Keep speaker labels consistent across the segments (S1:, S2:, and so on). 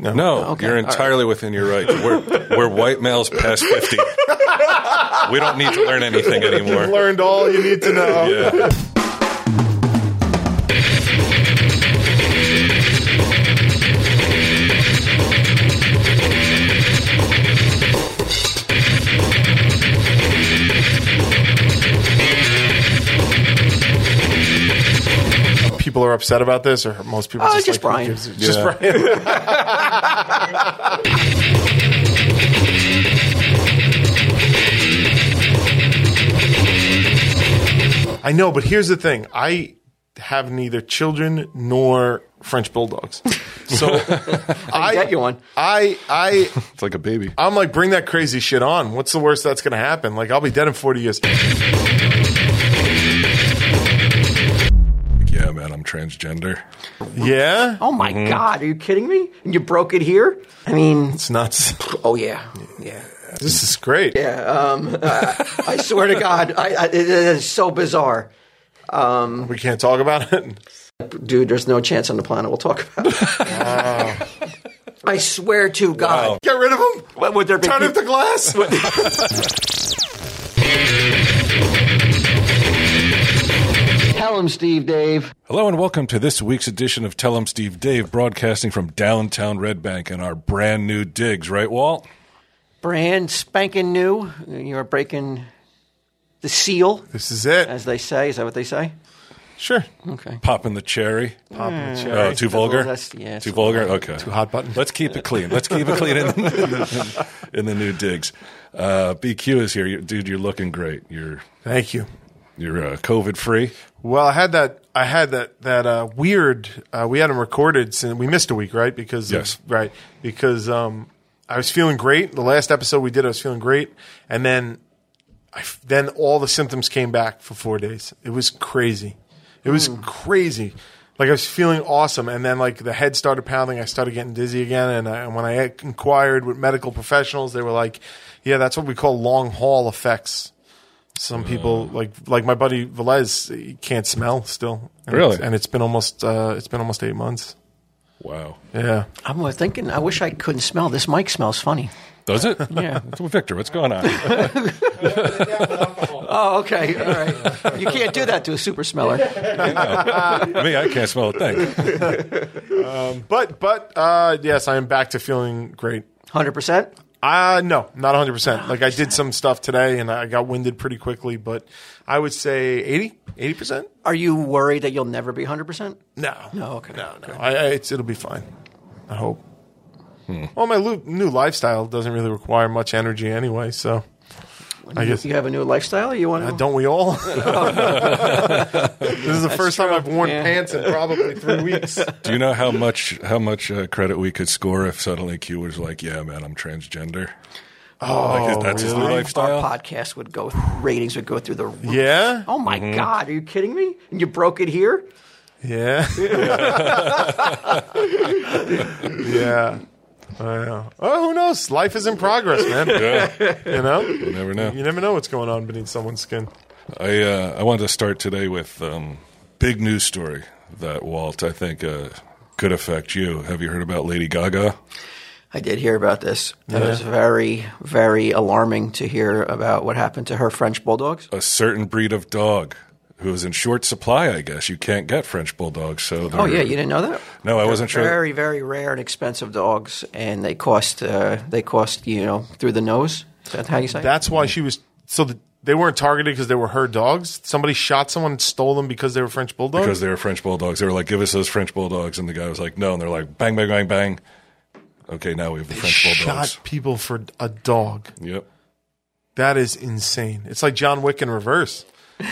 S1: No, no
S2: Okay,
S1: you're
S2: all right.
S1: entirely within your rights. We're, we're white males past 50. We don't need to learn anything
S3: You've
S1: anymore.
S3: learned all you need to know.
S1: Yeah.
S3: People are upset about this, or most people
S2: Oh,
S3: just,
S2: just
S3: like,
S2: Brian.
S3: gives- Just
S1: Yeah.
S3: Brian. I know, but here's the thing: I have neither children nor French bulldogs, so I
S2: get you one.
S3: I I
S1: It's like a baby.
S3: I'm like, bring that crazy shit on. What's the worst that's going to happen? Like, I'll be dead in 40 years.
S1: Yeah, man, I'm transgender.
S3: Yeah?
S2: Oh my God, are you kidding me? And you broke it here? I mean,
S3: It's nuts.
S2: oh yeah, yeah.
S3: This is great.
S2: Yeah, um, uh, I swear to God, I, I, it is so bizarre.
S3: We can't talk about it.
S2: Dude, there's no chance on the planet we'll talk about it. I swear to God.
S3: Get rid of him.
S2: What Would there be
S3: Turn
S2: people-
S3: up the glass.
S2: Tell him, Steve, Dave.
S1: Hello and welcome to this week's edition of Tell 'em Steve Dave, broadcasting from downtown Red Bank and our brand new digs, right, Walt?
S2: Brand spanking new. You are breaking the seal,
S3: this is it.
S2: as they say. Is that what they say?
S3: Sure.
S2: Okay.
S1: Popping the cherry.
S3: Popping the
S1: Oh,
S3: cherry.
S1: too vulgar?
S2: That's- yeah, it's
S1: too
S2: a
S1: vulgar? Okay. Too
S3: hot button.
S1: Let's keep it clean. Let's keep it clean in the, in the new digs. Uh, BQ is here. You- Dude, you're looking great. You're
S3: Thank you.
S1: you're uh, COVID free.
S3: Well, I had that. I had that that uh, weird. Uh, we hadn't recorded since we missed a week, right? Because of-
S1: Yes.
S3: right because um, I was feeling great. The last episode we did, I was feeling great, and then I f- then all the symptoms came back for four days. It was crazy. It was crazy. Like I was feeling awesome, and then like the head started pounding. I started getting dizzy again, and, I, and when I inquired with medical professionals, they were like, "Yeah, that's what we call long haul effects." Some people like like my buddy Velez he can't smell still. And
S1: Really?
S3: it's- and it's been almost uh, it's been almost eight months.
S1: Wow.
S3: Yeah,
S2: I'm thinking, I wish I couldn't smell. This mic smells funny.
S1: Does it?
S2: Yeah.
S1: Victor, what's going on?
S2: Oh, okay. All right. You can't do that to a super smeller.
S1: Me, I can't smell a thing.
S3: but but uh, yes, I am back to feeling great.
S2: 100%?
S3: Uh, no, not 100%. Like I did some stuff today and I got winded pretty quickly, but I would say 80, 80%.
S2: Are you worried that you'll never be 100%?
S3: No,
S2: No, okay.
S3: no, no. I, I, it's, it'll be fine. I hope. Well, my lu- new lifestyle doesn't really require much energy anyway, so I guess
S2: You have a new lifestyle? You want to?
S3: don't we all? this is the first time I've worn
S2: Yeah.
S3: pants in probably three weeks.
S1: Do you know how much how much uh, credit we could score if suddenly Q was like, "Yeah, man, I'm transgender." Oh, that's his new
S2: Our
S1: lifestyle.
S2: podcast would go, ratings would go through the roof.
S3: Yeah,
S2: Oh my God, are you kidding me? And you broke it here?
S3: yeah, yeah. I know. Oh, who knows? Life is in progress, man.
S1: Yeah,
S3: You know,
S1: you never know.
S3: you never know what's going on beneath someone's skin.
S1: I uh, I wanted to start today with um, big news story that Walt I think uh, could affect you. Have you heard about Lady Gaga?
S2: I did hear about this. That was very, very alarming to hear about what happened to her French bulldogs.
S3: Oh,
S1: A certain breed of dog who is in short supply. I guess you can't get French bulldogs. So
S2: Oh, yeah, you didn't know that?
S1: No, I wasn't sure.
S2: Very, very rare and expensive dogs, and they cost, uh, they cost, you know, through the nose. Is that how you say it?
S3: That's why she was so. The, they weren't targeted because they were her dogs. Somebody shot someone and stole them because they were French bulldogs.
S1: because they were French bulldogs. They were like, "Give us those French bulldogs," and the guy was like, "No," and they're like, "Bang, bang, bang, bang." Okay, now we have the French bulldogs.
S3: shot people for a dog.
S1: Yep.
S3: That is insane. It's like John Wick in reverse.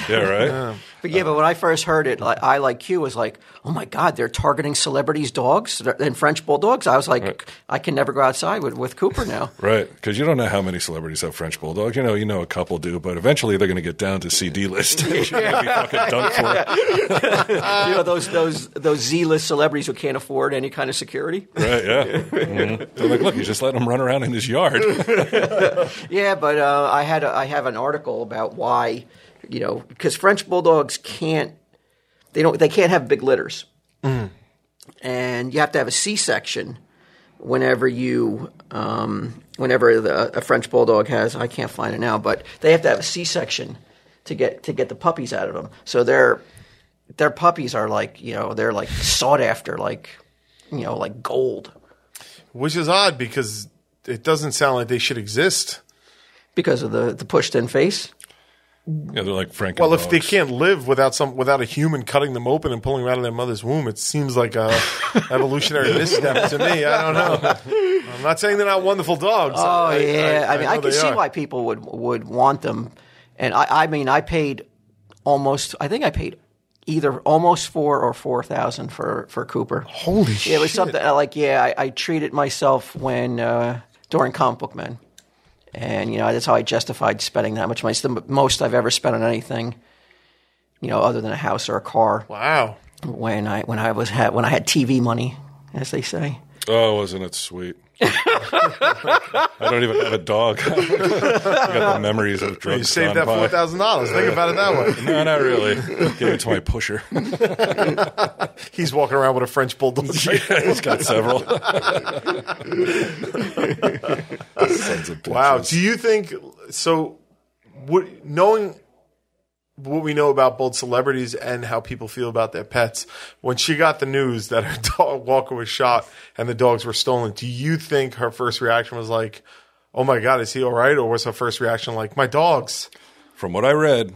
S1: Yeah, right.
S2: But yeah, but when I first heard it, like, I like you was like, "Oh my God, they're targeting celebrities' dogs and French bulldogs." I was like, "I can never go outside with, with Cooper now."
S1: Right, because you don't know how many celebrities have French bulldogs. You know, you know a couple do, but eventually they're going to get down to CD list. She's gonna be fucking dunked for it.
S2: you know those those those Z list celebrities who can't afford any kind of security.
S1: Right? Yeah. Mhm. They're like, look, you just let him run around in his yard.
S2: Yeah, but uh, I had a, I have an article about why you know because French bulldogs can't they don't they can't have big litters, and you have to have a C section whenever you um, whenever the, a French bulldog has I can't find it now, but they have to have a C section to get to get the puppies out of them. So their their puppies are like you know they're like sought after like you know like gold
S3: which is odd because it doesn't sound like they should exist.
S2: because of the the pushed in face.
S1: Yeah, they're like Frank.
S3: Well, if they can't live without some without a human cutting them open and pulling them out of their mother's womb, it seems like a evolutionary misstep to me. I don't know. I'm not saying they're not wonderful dogs.
S2: Oh yeah, I, mean, I,
S3: know
S2: can
S3: they
S2: see
S3: are.
S2: why people would would want them, and I, I mean, I paid almost. I think I paid either almost four or four thousand for for Cooper.
S3: Holy
S2: Yeah,
S3: shit!
S2: it was something I like. Yeah, I, I treated myself when uh, during comic book men, and you know that's how I justified spending that much money. It's the m- most I've ever spent on anything, you know, other than a house or a car.
S3: Wow.
S2: When I when I was had when I had TV money, as they say.
S1: Oh, wasn't it sweet? I don't even have a dog. I got the memories of drugs.
S3: You saved
S1: gone
S3: that four
S1: by.
S3: thousand dollars. Think about it that way.
S1: No, not really. Gave it to my pusher.
S3: He's walking around with a French bulldog.
S1: He's got several. Sons of
S3: Wow.
S1: bitches.
S3: Do you think so? What, knowing what we know about both celebrities and how people feel about their pets, when she got the news that her dog Walker was shot and the dogs were stolen, do you think her first reaction was like, "Oh my God, is he all right?" Or was her first reaction like, "My dogs"?
S1: From what I read,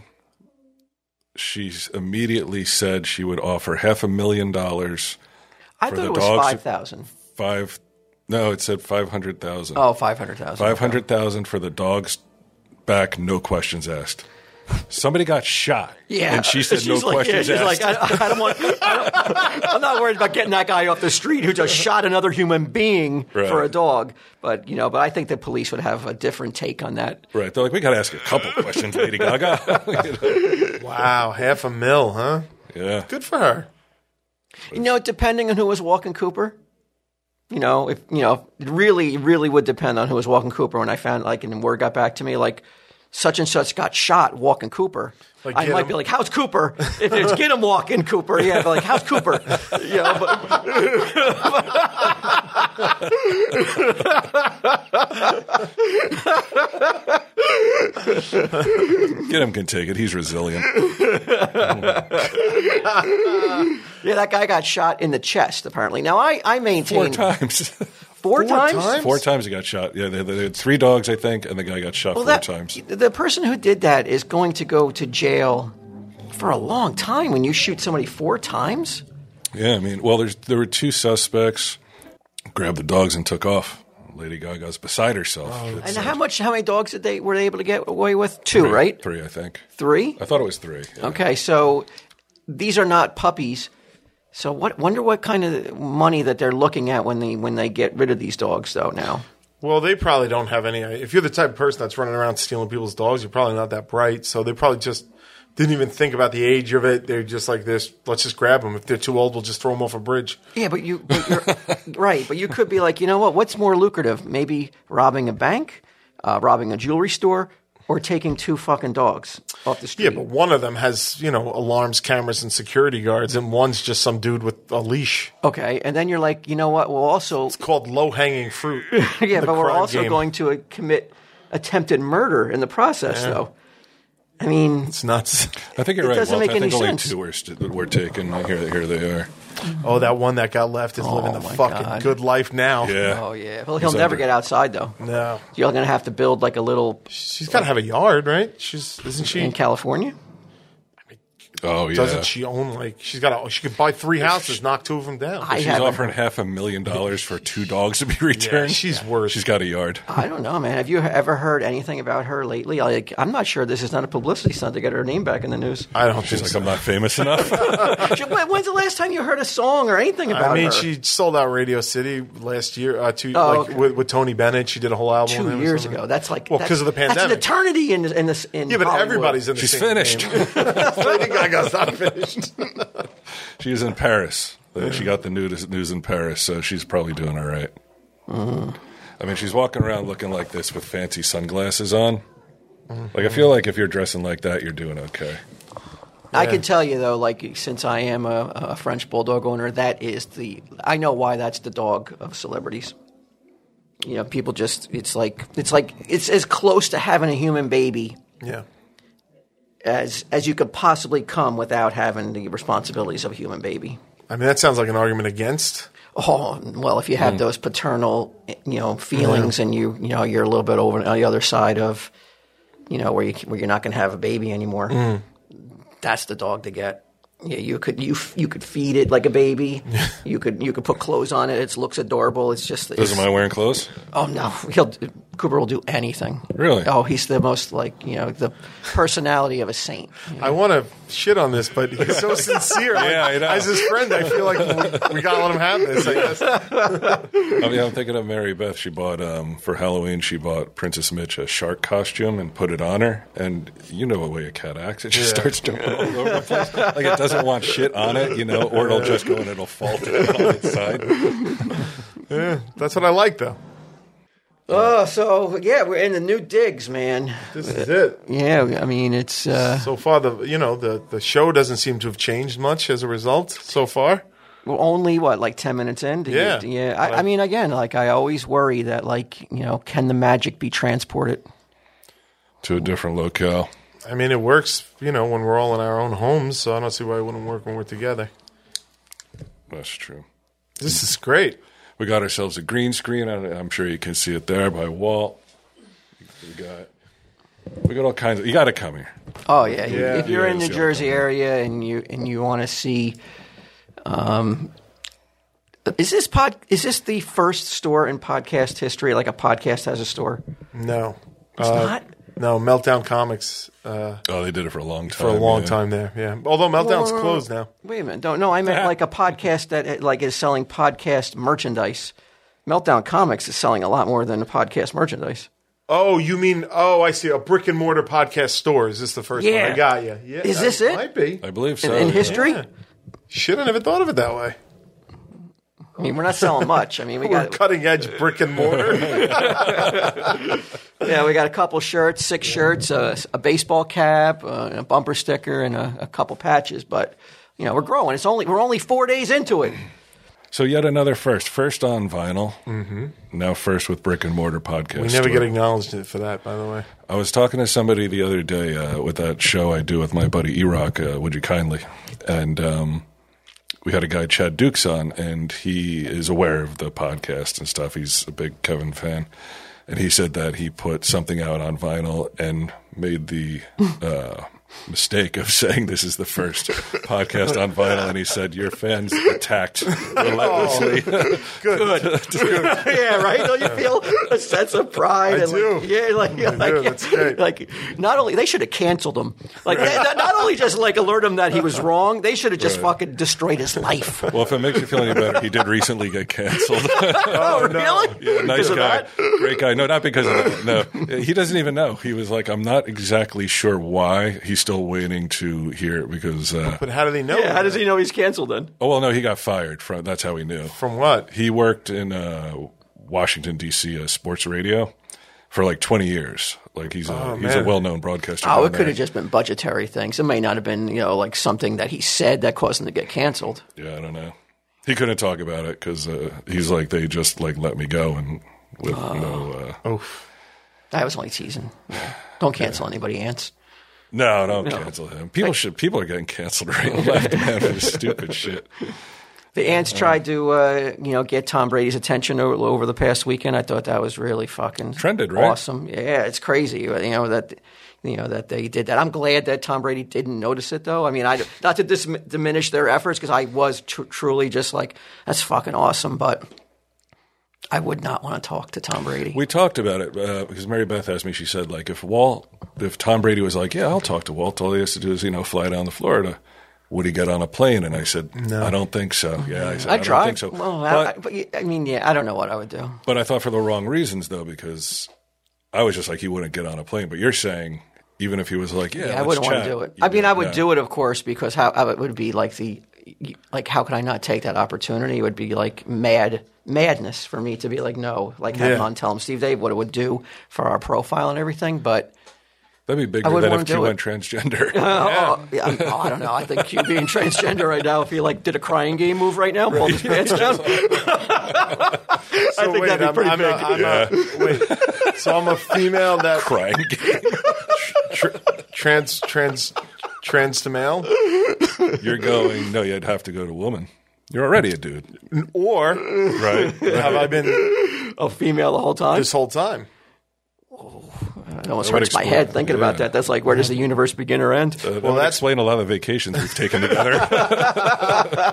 S1: she immediately said she would offer half a million dollars,
S2: I thought
S1: the
S2: it was
S1: dogs-
S2: five thousand.
S1: five. No, it said five hundred thousand.
S2: Oh, five hundred thousand.
S1: Five hundred thousand for the dog's back, no questions asked. Somebody got shot.
S2: Yeah,
S1: and she said
S2: She's
S1: no
S2: like,
S1: questions
S2: yeah, she's
S1: asked.
S2: Like, I, I don't want. I don't, I'm not worried about getting that guy off the street who just shot another human being
S1: Right.
S2: for a dog. But you know, but I think the police would have a different take on that.
S1: right? They're like, we got to ask a couple questions, Lady Gaga.
S3: Wow, half a mil, huh?
S1: yeah,
S3: Good for her.
S2: You know, depending on who was walking Cooper. You know, if you know, it really, really would depend on who was walking Cooper. When I found like, and word got back to me like. Such and such got shot walking Cooper.
S3: Like,
S2: I
S3: get
S2: might
S3: him.
S2: be like, "How's Cooper?" If it's get him walking Cooper, yeah, but like, "How's Cooper?" You know, but,
S1: get him can take it. He's resilient.
S2: Yeah, that guy got shot in the chest, apparently. Now, I, I maintain
S1: Four times.
S2: Four times?
S3: times?
S1: Four times he got shot. Yeah, they, they had three dogs, I think, and the guy got shot
S2: Well,
S1: four
S2: that,
S1: times.
S2: The person who did that is going to go to jail for a long time when you shoot somebody four times.
S1: Yeah, I mean, well, there's there were two suspects grabbed the dogs and took off. Lady Gaga's beside herself.
S2: And how much? How many dogs did they were they able to get away with? Two, right? Oh,
S1: Three, I think.
S2: Three.
S1: I thought it was three. yeah.
S2: Okay, so these are not puppies. So what? Wonder what kind of money that they're looking at when they when they get rid of these dogs, though. Now,
S3: Well, they probably don't have any. If you're the type of person that's running around stealing people's dogs, you're probably not that bright. So they probably just didn't even think about the age of it. They're just like this. Let's just grab them. If they're too old, we'll just throw them off a bridge.
S2: Yeah, but you, but you're, right? But you could be like, you know what? What's more lucrative? Maybe robbing a bank, uh, robbing a jewelry store, or taking two fucking dogs off the
S3: Yeah,
S2: street.
S3: but one of them has you know alarms, cameras, and security guards, and one's just some dude with a leash.
S2: okay, and then you're like, you know what? We'll also,
S3: Called low hanging fruit.
S2: yeah,
S3: The
S2: but we're
S3: crime
S2: also
S3: game.
S2: going to uh, commit attempted murder in the process, though. I mean,
S3: It's nuts.
S1: I think you're
S2: It
S1: right.
S2: doesn't
S1: Walt.
S2: make
S1: I think
S2: any
S1: only
S2: sense.
S1: two were, st- were taken. Here, here they are.
S3: Oh, that one that got left is living the
S2: Oh my
S3: fucking
S2: God.
S3: good life now.
S1: Yeah.
S2: oh yeah, well, he'll
S1: He's
S2: never
S1: over it.
S2: get outside though.
S3: No,
S2: You're gonna have to build like a little
S3: she's got to have a yard, right? She's isn't
S2: in
S3: she?
S2: California.
S1: Oh yeah.
S3: Doesn't she own like she's got? A, she could buy three houses, knock two of them down.
S2: I
S1: She's
S2: haven't-
S1: offering half a million dollars for two dogs to be returned.
S3: Yeah, she's worth.
S1: She's got a yard.
S2: I don't know, man. Have you ever heard anything about her lately? Like, I'm not sure this is not a publicity stunt to get her name back in the news.
S3: I don't think
S1: She's like,
S3: so.
S1: I'm not famous enough.
S2: She- when- When's the last time you heard a song or anything about
S3: I mean,
S2: her?
S3: she sold out Radio City last year. Uh, two,
S2: Oh,
S3: like
S2: okay.
S3: with, with Tony Bennett, she did a whole album. with
S2: two
S3: him or
S2: years
S3: something.
S2: ago. That's like
S3: Well,
S2: that's-
S3: 'cause of the
S2: That's an
S3: pandemic.
S2: eternity in in this in
S3: Yeah, but
S2: Hollywood.
S3: everybody's in the
S1: She's
S3: same
S1: finished.
S3: game. Lady Gaga's not finished.
S1: she's in Paris. Uh, She got the news news in Paris, so she's probably doing all right. I mean, she's walking around looking like this with fancy sunglasses on. Like, I feel like if you're dressing like that, you're doing okay.
S2: I can tell you though, like since I am a, a French bulldog owner, that is the I know why that's the dog of celebrities. you know, people just it's like it's like it's as close to having a human baby
S3: Yeah.
S2: as as you could possibly come without having the responsibilities of a human baby.
S3: I mean, that sounds like an argument against.
S2: Oh well, if you have those paternal you know feelings and you you know you're a little bit over on the other side of you know where you where you're not going to have a baby anymore, that's the dog to get. Yeah, you could you f- you could feed it like a baby. you could you could put clothes on it. It looks adorable. It's just it's,
S1: Doesn't mind wearing clothes.
S2: Oh no, he'll Cooper will do anything.
S1: Really?
S2: Oh, he's the most like you know the personality of a saint.
S3: I want to shit on this, but he's so sincere.
S1: Yeah, I know.
S3: As his friend, I feel like we, we got to let him have this, I guess.
S1: I mean, I'm thinking of Mary Beth. She bought um, for Halloween. She bought Princess Mitch a shark costume and put it on her. And you know what way a cat acts? It just
S3: Yeah.
S1: starts jumping all over the place. Like it doesn't want shit on it, you know, or it'll just go and it'll fall to the its side.
S3: Yeah, that's what I like, though.
S2: Oh, so yeah, we're in the new digs, man.
S3: This is it.
S2: Yeah, I mean it's uh,
S3: So far, the you know the, the show doesn't seem to have changed much as a result so far.
S2: well, only what like ten minutes in. Do you-
S3: Yeah.
S2: yeah. I, I mean, again, like I always worry that like you know, can the magic be transported?
S1: to a different locale.
S3: I mean, it works, you know, when we're all in our own homes. So I don't see why it wouldn't work when we're together.
S1: That's true.
S3: This is great.
S1: We got ourselves a green screen. I- I'm sure you can see it there by Walt. We got we got all kinds of. You got to come here.
S2: Oh yeah, You-
S3: Yeah.
S2: if you're
S1: Yeah,
S2: in
S1: it's
S2: New
S1: the
S2: Jersey area and you and you want to see, um, is this pod? Is this the first store in podcast history? Like a podcast has a store?
S3: No,
S2: It's not.
S3: no, Meltdown Comics uh,
S1: Oh, they did it for a long time.
S3: for a long
S1: yeah.
S3: time there. Yeah, although Meltdown's
S2: Whoa, whoa,
S3: closed
S2: whoa.
S3: now.
S2: Wait a minute. Don't no. I meant like a podcast that eh, like is selling podcast merchandise. Meltdown Comics is selling a lot more than the podcast merchandise.
S3: Oh, you mean? Oh, I see. A brick and mortar podcast store. Is this the first
S2: Yeah.
S3: one? I got you. Yeah,
S2: Is this it?
S3: Might be.
S1: I believe
S2: In,
S1: so.
S2: in
S1: yeah.
S2: history,
S3: Shit, I never thought of it that way.
S2: I mean, we're not selling much. I mean, we
S3: We're
S2: got
S3: cutting edge brick and mortar.
S2: yeah, we got a couple shirts, six shirts, a, a baseball cap, uh, a bumper sticker, and a, a couple patches. But you know, we're growing. It's only we're only four days into it.
S1: So yet another first. First on vinyl. Mm-hmm. Now first with brick and mortar podcast.
S3: we never
S1: store.
S3: get acknowledged for that, by the way.
S1: I was talking to somebody the other day uh, with that show I do with my buddy Erock, uh, Would You Kindly? And um, we had a guy, Chad Dukes, on, and he is aware of the podcast and stuff. He's a big Kevin fan. And he said that he put something out on vinyl and made the uh, mistake of saying this is the first podcast on vinyl. And he said, Your fans attacked relentlessly.
S2: yeah, right. Don't you feel a sense of pride?
S3: I
S2: and
S3: do.
S2: Like, yeah, like, like,
S3: do. That's great.
S2: like not only they should have canceled him. Like they- not, not only just like alert him that he was wrong, they should have just fucking destroyed his life.
S1: well, if it makes you feel any better, he did recently get canceled.
S2: oh, really?
S1: Yeah, nice
S2: Because of
S1: guy,
S2: that?
S1: great guy. No, not because of that. No, he doesn't even know. He was like, I'm not exactly sure why. He's still waiting to hear it because. Uh,
S3: But how do they know?
S2: Yeah, how does he know he's canceled then?
S1: oh well, no, he got fired from. That's how he knew.
S3: From what?
S1: He worked in uh, Washington D.C. Uh, sports radio for like 20 years. Like he's a he's a
S3: man.
S1: well known broadcaster.
S2: Oh,
S1: down
S2: it could
S1: there.
S2: have just been budgetary things. It may not have been, you know, like something that he said that caused him to get canceled.
S1: Yeah, I don't know. He couldn't talk about it because uh, he's like they just like let me go and with
S2: Ah.
S1: no. Uh,
S2: I was only teasing. Yeah. Don't cancel anybody, ants.
S1: No, don't cancel him. People should. People are getting canceled right
S2: Oh,
S1: and left, man, for stupid shit.
S2: The ants tried to, uh, you know, get Tom Brady's attention over, over the past weekend. I thought that was really fucking
S1: Trended, right?
S2: Awesome. Yeah, it's crazy. uh, You know that, you know that they did that. I'm glad that Tom Brady didn't notice it though. I mean, I not to dis- diminish their efforts because I was tr- truly just like that's fucking awesome, but. I would not want to talk to Tom Brady.
S1: We talked about it uh, because Mary Beth asked me. She said, like, if Walt, if Tom Brady was like, yeah, I'll talk to Walt. All he has to do is, you know, fly down to Florida. Would he get on a plane? And I said, no, I don't think so. Yeah, I said, I,
S2: I
S1: don't
S2: tried.
S1: think so.
S2: Well,
S1: but,
S2: I, I, but, you- I mean, yeah, I don't know what I would do.
S1: but I thought for the wrong reasons though, because I was just like, he wouldn't get on a plane. But you're saying, even if he was like,
S2: Yeah,
S1: yeah,
S2: I
S1: let's
S2: wouldn't want
S1: chat,
S2: to do it.
S1: you
S2: I mean, I would
S1: yeah.
S2: do it, of course, because how, how it would be like the like how could I not take that opportunity? It would be like mad madness for me to be like no, like have him
S3: Yeah.
S2: on tell him Steve Dave what it would do for our profile and everything. But
S1: That'd be bigger
S2: wouldn't
S1: than if
S2: wanna
S1: Q
S2: do
S1: went transgender.
S2: Oh, yeah, I, oh, I don't know. I think Q being transgender right now, if he like did a crying game move right now, pulled his pants down. I think that'd be
S3: I'm-
S2: pretty
S3: I'm
S2: big.
S3: a- I'm a- wait, so I'm a female that
S1: Crying game.
S3: tr- trans trans trans to male,
S1: You're going. No, you'd have to go to woman. You're already a dude,
S3: or
S1: right?
S3: have I been
S2: a female the whole time.
S3: this whole time?
S2: It almost
S1: I would
S2: hurts my
S1: explore
S2: head
S1: that,
S2: thinking about
S1: yeah. Uh,
S2: that. That's like, where does the universe begin or end?
S1: well,
S3: that's-
S1: that's explain a lot of vacations we've taken together.
S3: Well,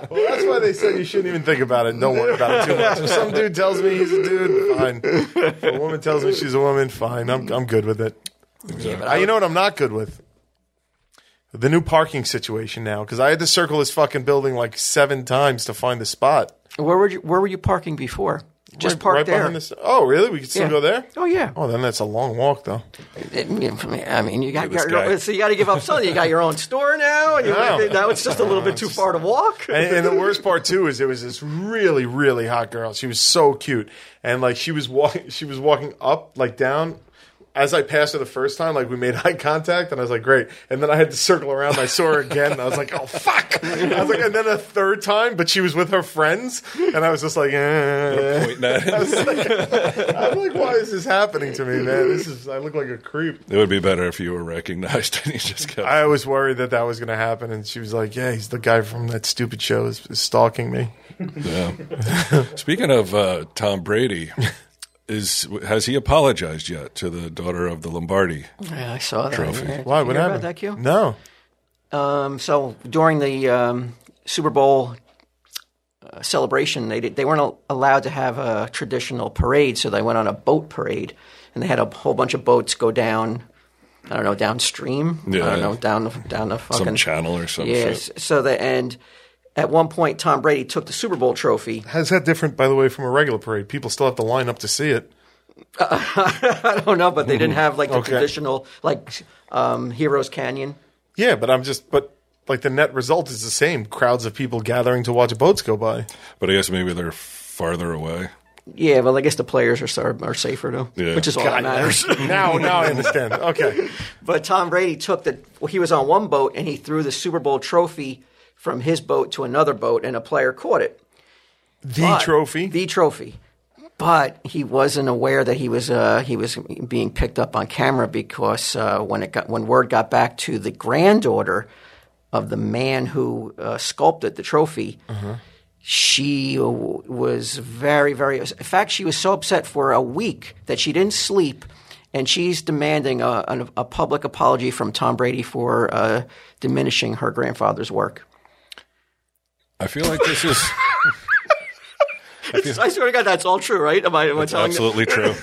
S3: that's why they said you shouldn't even think about it. Don't worry about it too much. If some dude tells me he's a dude, fine. If a woman tells me she's a woman, fine. I'm I'm good with it.
S2: But
S3: Uh,
S2: I
S3: you
S2: would-
S3: know what I'm not good with? The new parking situation now, because I had to circle this fucking building like seven times to find the spot.
S2: where were you? Where were you parking before? Just
S3: Right-
S2: park
S3: right
S2: there.
S3: Behind this. Oh, really? We could still
S2: Yeah.
S3: go there?
S2: Oh yeah.
S3: Oh, then that's a long walk, though.
S2: It- I mean, you got
S1: this
S2: your,
S1: guy.
S2: so you got to give up something. You got your own store now, and you,
S3: No.
S2: now it's just a little bit too far to walk.
S3: And, and the worst part too is it was this really, really hot girl. She was so cute, and like she was walking, she was walking up, like down. As I passed her the first time, like we made eye contact, and I was like, "Great!" And then I had to circle around. And I saw her again, and I was like, "Oh fuck!" I was like, and then a third time, but she was with her friends, and I was just like, eh.
S1: Pointing at us.
S3: "I'm like, why is this happening to me, man? This is I look like a creep."
S1: It would be better if you were recognized and you just kept.
S3: I was worried that that was going to happen, and she was like, "Yeah, he's the guy from that stupid show is, is stalking me."
S1: Speaking of uh, Tom Brady, is has he apologized yet to the daughter of the Lombardi?
S2: Yeah, I saw that.
S1: Trophy.
S2: Yeah.
S3: Why?
S2: Did
S3: What
S2: you hear
S3: happened?
S2: About that, Q?
S3: No.
S2: Um, so during the um, Super Bowl uh, celebration, they did, they weren't al- allowed to have a traditional parade, so they went on a boat parade, and they had a whole bunch of boats go down. I don't know downstream. I
S1: Yeah.
S2: don't know down the down the fucking
S1: Some channel or some
S2: Yes.
S1: shit.
S2: So the and at one point, Tom Brady took the Super Bowl trophy.
S3: How's that different, by the way, from a regular parade? People still have to line up to see it.
S2: I don't know, Oh, but they didn't have like the
S3: Okay.
S2: traditional like um, Heroes Canyon.
S3: Yeah, but I'm just, but like the net result is the same: crowds of people gathering to watch boats go by.
S1: But I guess maybe they're farther away.
S2: Yeah, well, I guess the players are sar- are safer though,
S1: Yeah.
S2: which is all that matters.
S3: now, now I understand. Okay,
S2: But Tom Brady took the well, he was on one boat and he threw the Super Bowl trophy from his boat to another boat, and a player caught it.
S3: the
S2: But-
S3: trophy.
S2: The trophy. But he wasn't aware that he was uh, he was being picked up on camera because uh, when it got when word got back to the granddaughter of the man who uh, sculpted the trophy, she w- was very very. In fact, she was so upset for a week that she didn't sleep, and she's demanding a, an, a public apology from Tom Brady for uh, diminishing her grandfather's work.
S1: I feel like this is
S2: I swear to God, that's all true, right? Am I, am I telling you?
S1: absolutely true.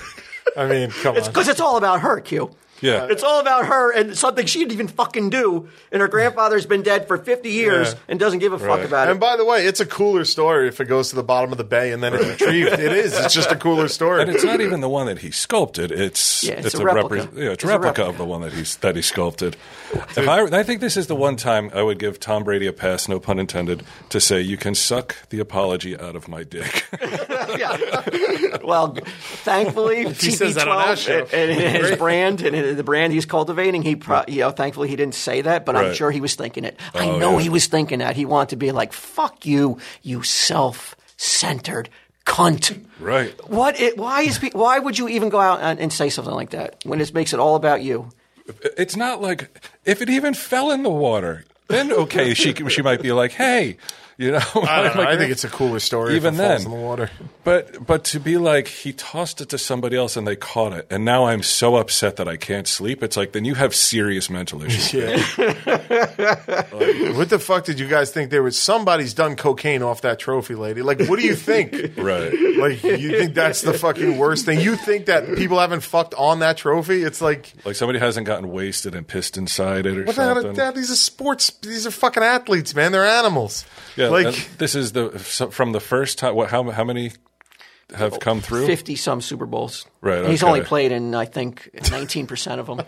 S3: I mean, come on.
S2: Because it's all about her, Q.
S1: Yeah.
S2: It's all about her and something she didn't even fucking do. And her grandfather's been dead for 50 years
S3: Yeah.
S2: and doesn't give a fuck
S1: Right.
S2: about
S3: And
S2: it.
S3: by the way, it's a cooler story if it goes to the bottom of the bay and then it's retrieved. It is. It's just a cooler
S1: And
S3: story.
S1: it's not even the one that he sculpted. It's
S2: Yeah, it's a
S1: repre-
S2: replica.
S1: yeah, it's,
S2: It's
S1: a
S2: a
S1: replica,
S2: replica.
S1: of the one that he's that he sculpted. if I, I think this is the one time I would give Tom Brady a pass, no pun intended, to say you can suck the apology out of my dick.
S2: Yeah. well, thankfully,
S3: he says that on our show.
S2: TB12 and, and his brand and the brand he's cultivating, he pro- you know, thankfully he didn't say that, but I'm
S1: Right.
S2: sure he was thinking it.
S1: Oh,
S2: I know
S1: yeah.
S2: he was thinking that. He wanted to be like, fuck you, you self centered cunt.
S1: right.
S2: What? It, why is? pe- Why would you even go out and, and say something like that when it makes it all about you?
S1: It's not like if it even fell in the water, then okay, she she might be like, hey, you know.
S3: I don't know. I think it's a cooler story.
S1: even
S3: if it falls
S1: then
S3: in the water.
S1: But but to be like he tossed it to somebody else and they caught it, and now I'm so upset that I can't sleep. It's like then you have serious mental issues.
S3: Yeah. what the fuck did you guys think there was? Somebody's done cocaine off that trophy, lady. Like, what do you think?
S1: Right.
S3: Like, you think that's the fucking worst thing? You think that people haven't fucked on that trophy? It's like,
S1: Like somebody hasn't gotten wasted and pissed inside it or
S3: what the hell?
S1: something.
S3: Dad, these are sports. These are fucking athletes, man. They're animals.
S1: yeah, and
S3: like,
S1: this is the so- from the first time. What, how how many have come through?
S2: fifty some Super Bowls.
S1: Right,
S2: He's
S1: okay.
S2: only played in I think nineteen percent of them.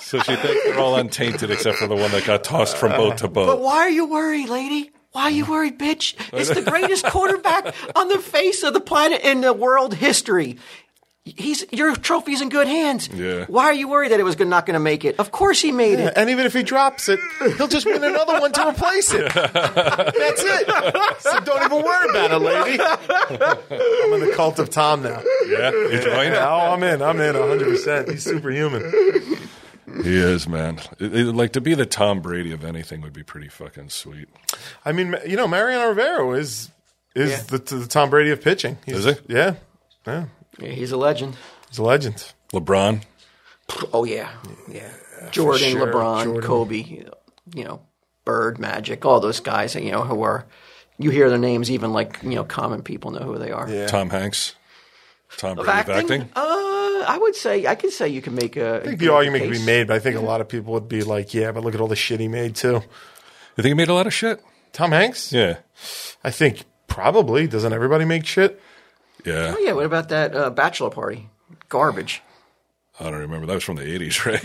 S1: So she thinks they're all untainted except for the one that got tossed from boat to
S2: but
S1: boat.
S2: why are you worried, lady? Why are you worried, bitch? It's the greatest quarterback on the face of the planet in the world history. He's your trophy's in good hands.
S1: Yeah.
S2: Why are you worried that it was go- not going to make it? Of course he made it.
S3: And even if he drops it, he'll just win another one to replace it. That's it. So don't even worry about it, lady. I'm in the cult of Tom now.
S1: Yeah, you join it.
S3: Oh, I'm in. I'm in 100%. He's superhuman.
S1: He is, man. It- it- like to be the Tom Brady of anything would be pretty fucking sweet.
S3: I mean, you know, Mariano Rivero is is
S2: Yeah.
S3: the, the Tom Brady of pitching. He's,
S1: Is he?
S3: Yeah. Yeah.
S2: Yeah, he's a legend.
S3: He's a legend.
S1: LeBron,
S2: Oh yeah, yeah. Jordan,
S3: sure,
S2: LeBron,
S3: Jordan.
S2: Kobe, you know, Bird, Magic, all those guys. You know who are. You hear their names, even like you know, common people know who they are.
S3: Yeah.
S1: Tom Hanks, Tom Brady of
S2: Acting,
S1: acting.
S2: Uh, I would say I could say you can make a.
S3: I think the argument could be made, but I think a lot of people would be like, yeah, but look at all the shit he made, too.
S1: You think he made a lot of shit?
S3: Tom Hanks?
S1: Yeah,
S3: I think probably. Doesn't everybody make shit?
S1: yeah.
S2: Oh yeah, what about that uh, bachelor party? Garbage.
S1: I don't remember. That was from the '80s, right?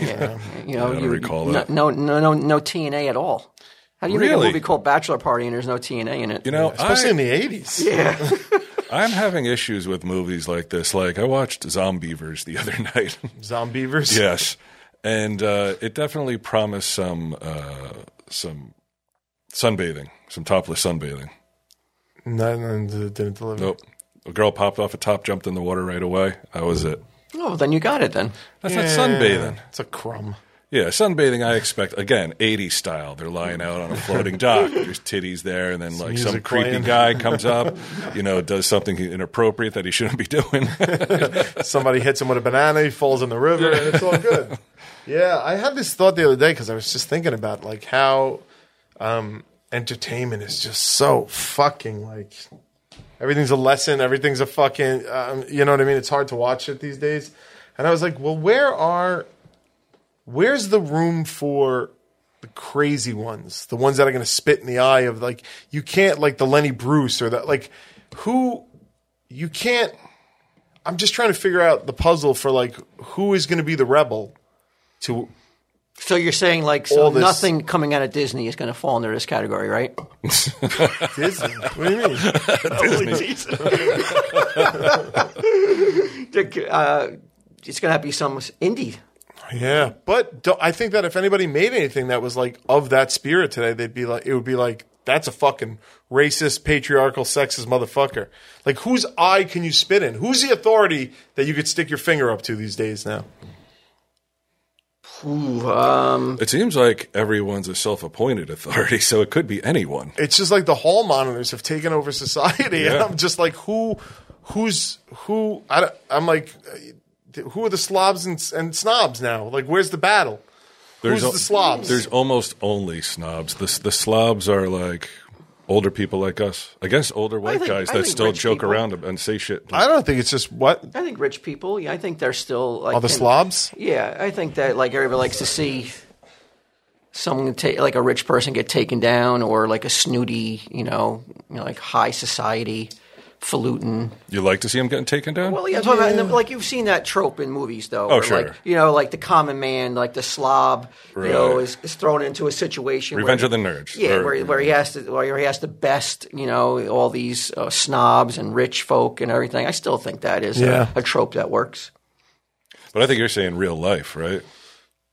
S2: You know,
S1: I don't
S2: you,
S1: recall
S2: no,
S1: that.
S2: No, no, no, no TNA at all. How do you make
S1: Really?
S2: a movie called Bachelor Party and there's no TNA in it?
S1: You know,
S3: Especially
S1: I,
S3: in the 80s.
S2: yeah,
S1: I'm having issues with movies like this. Like I watched Zombievers the other night.
S3: Zombievers.
S1: yes, and uh, it definitely promised some uh, some sunbathing, some topless sunbathing.
S3: No, no, d- didn't deliver.
S1: Nope. Oh, A girl popped off a top, jumped in the water right away. That was it.
S2: oh, then you got it. Then
S1: That's not
S3: Yeah,
S1: sunbathing.
S3: It's a crumb.
S1: Yeah, sunbathing. I expect again, 80s style. They're lying out on a floating dock. There's titties there, and then like some
S3: music
S1: creepy
S3: playing.
S1: guy comes up, you know, does something inappropriate that he shouldn't be doing.
S3: Somebody hits him with a banana, he falls in the river, and it's all good. Yeah, I had this thought the other day because I was just thinking about like how um, entertainment is just so fucking like everything's a lesson, everything's a fucking, um, you know what I mean? It's hard to watch it these days. And I was like, well, where are, where's the room for the crazy ones, the ones that are going to spit in the eye of like, you can't like the Lenny Bruce or that, like, who, you can't I'm just trying to figure out the puzzle for like who is going to be the rebel to
S2: so you're saying like so
S3: All this-
S2: nothing coming out of Disney is going to fall under this category, right?
S3: Disney. what do you mean?
S2: uh, it's going to be some indie.
S3: Yeah, but do I think that if anybody made anything that was like of that spirit today, they'd be like, it would be like that's a fucking racist, patriarchal, sexist motherfucker. Like whose eye can you spit in? Who's the authority that you could stick your finger up to these days now?
S2: Ooh, um,
S1: it seems like everyone's a self-appointed authority, so it could be anyone.
S3: it's just like the hall monitors have taken over society, and
S1: Yeah.
S3: I'm just like, who, who's who? I, don't- I'm like, uh, who are the slobs and, and snobs now? Like, where's the battle? Who's
S1: al-
S3: the slobs?
S1: There's almost only snobs. The the slobs are like older people like us. I guess older white
S2: think-
S1: guys
S2: I
S1: that
S2: think
S1: still
S2: rich
S1: joke
S2: people-
S1: around and say shit.
S3: I don't think it's just what
S2: I think rich people. Yeah, I think they're still like
S3: all the
S2: in-
S3: slobs.
S2: Yeah, I think that like everybody likes to see someone ta- like a rich person get taken down, or like a snooty, you know, you know like high society falutin.
S1: you like to see them getting taken down?
S2: Well, yeah, I'm talking about- and, like you've seen that trope in movies, though. where,
S1: Oh, sure.
S2: Like, you know, like the common man, like the slob, you know,
S1: Right.
S2: is, is thrown into a situation.
S1: Revenge
S2: where,
S1: of the Nerds.
S2: Yeah,
S1: Or-
S2: where, where he has to, where he has to best, you know, all these uh, snobs and rich folk and everything. I still think that is a-
S3: Yeah.
S2: a trope that works.
S1: But I think you're saying real life, right?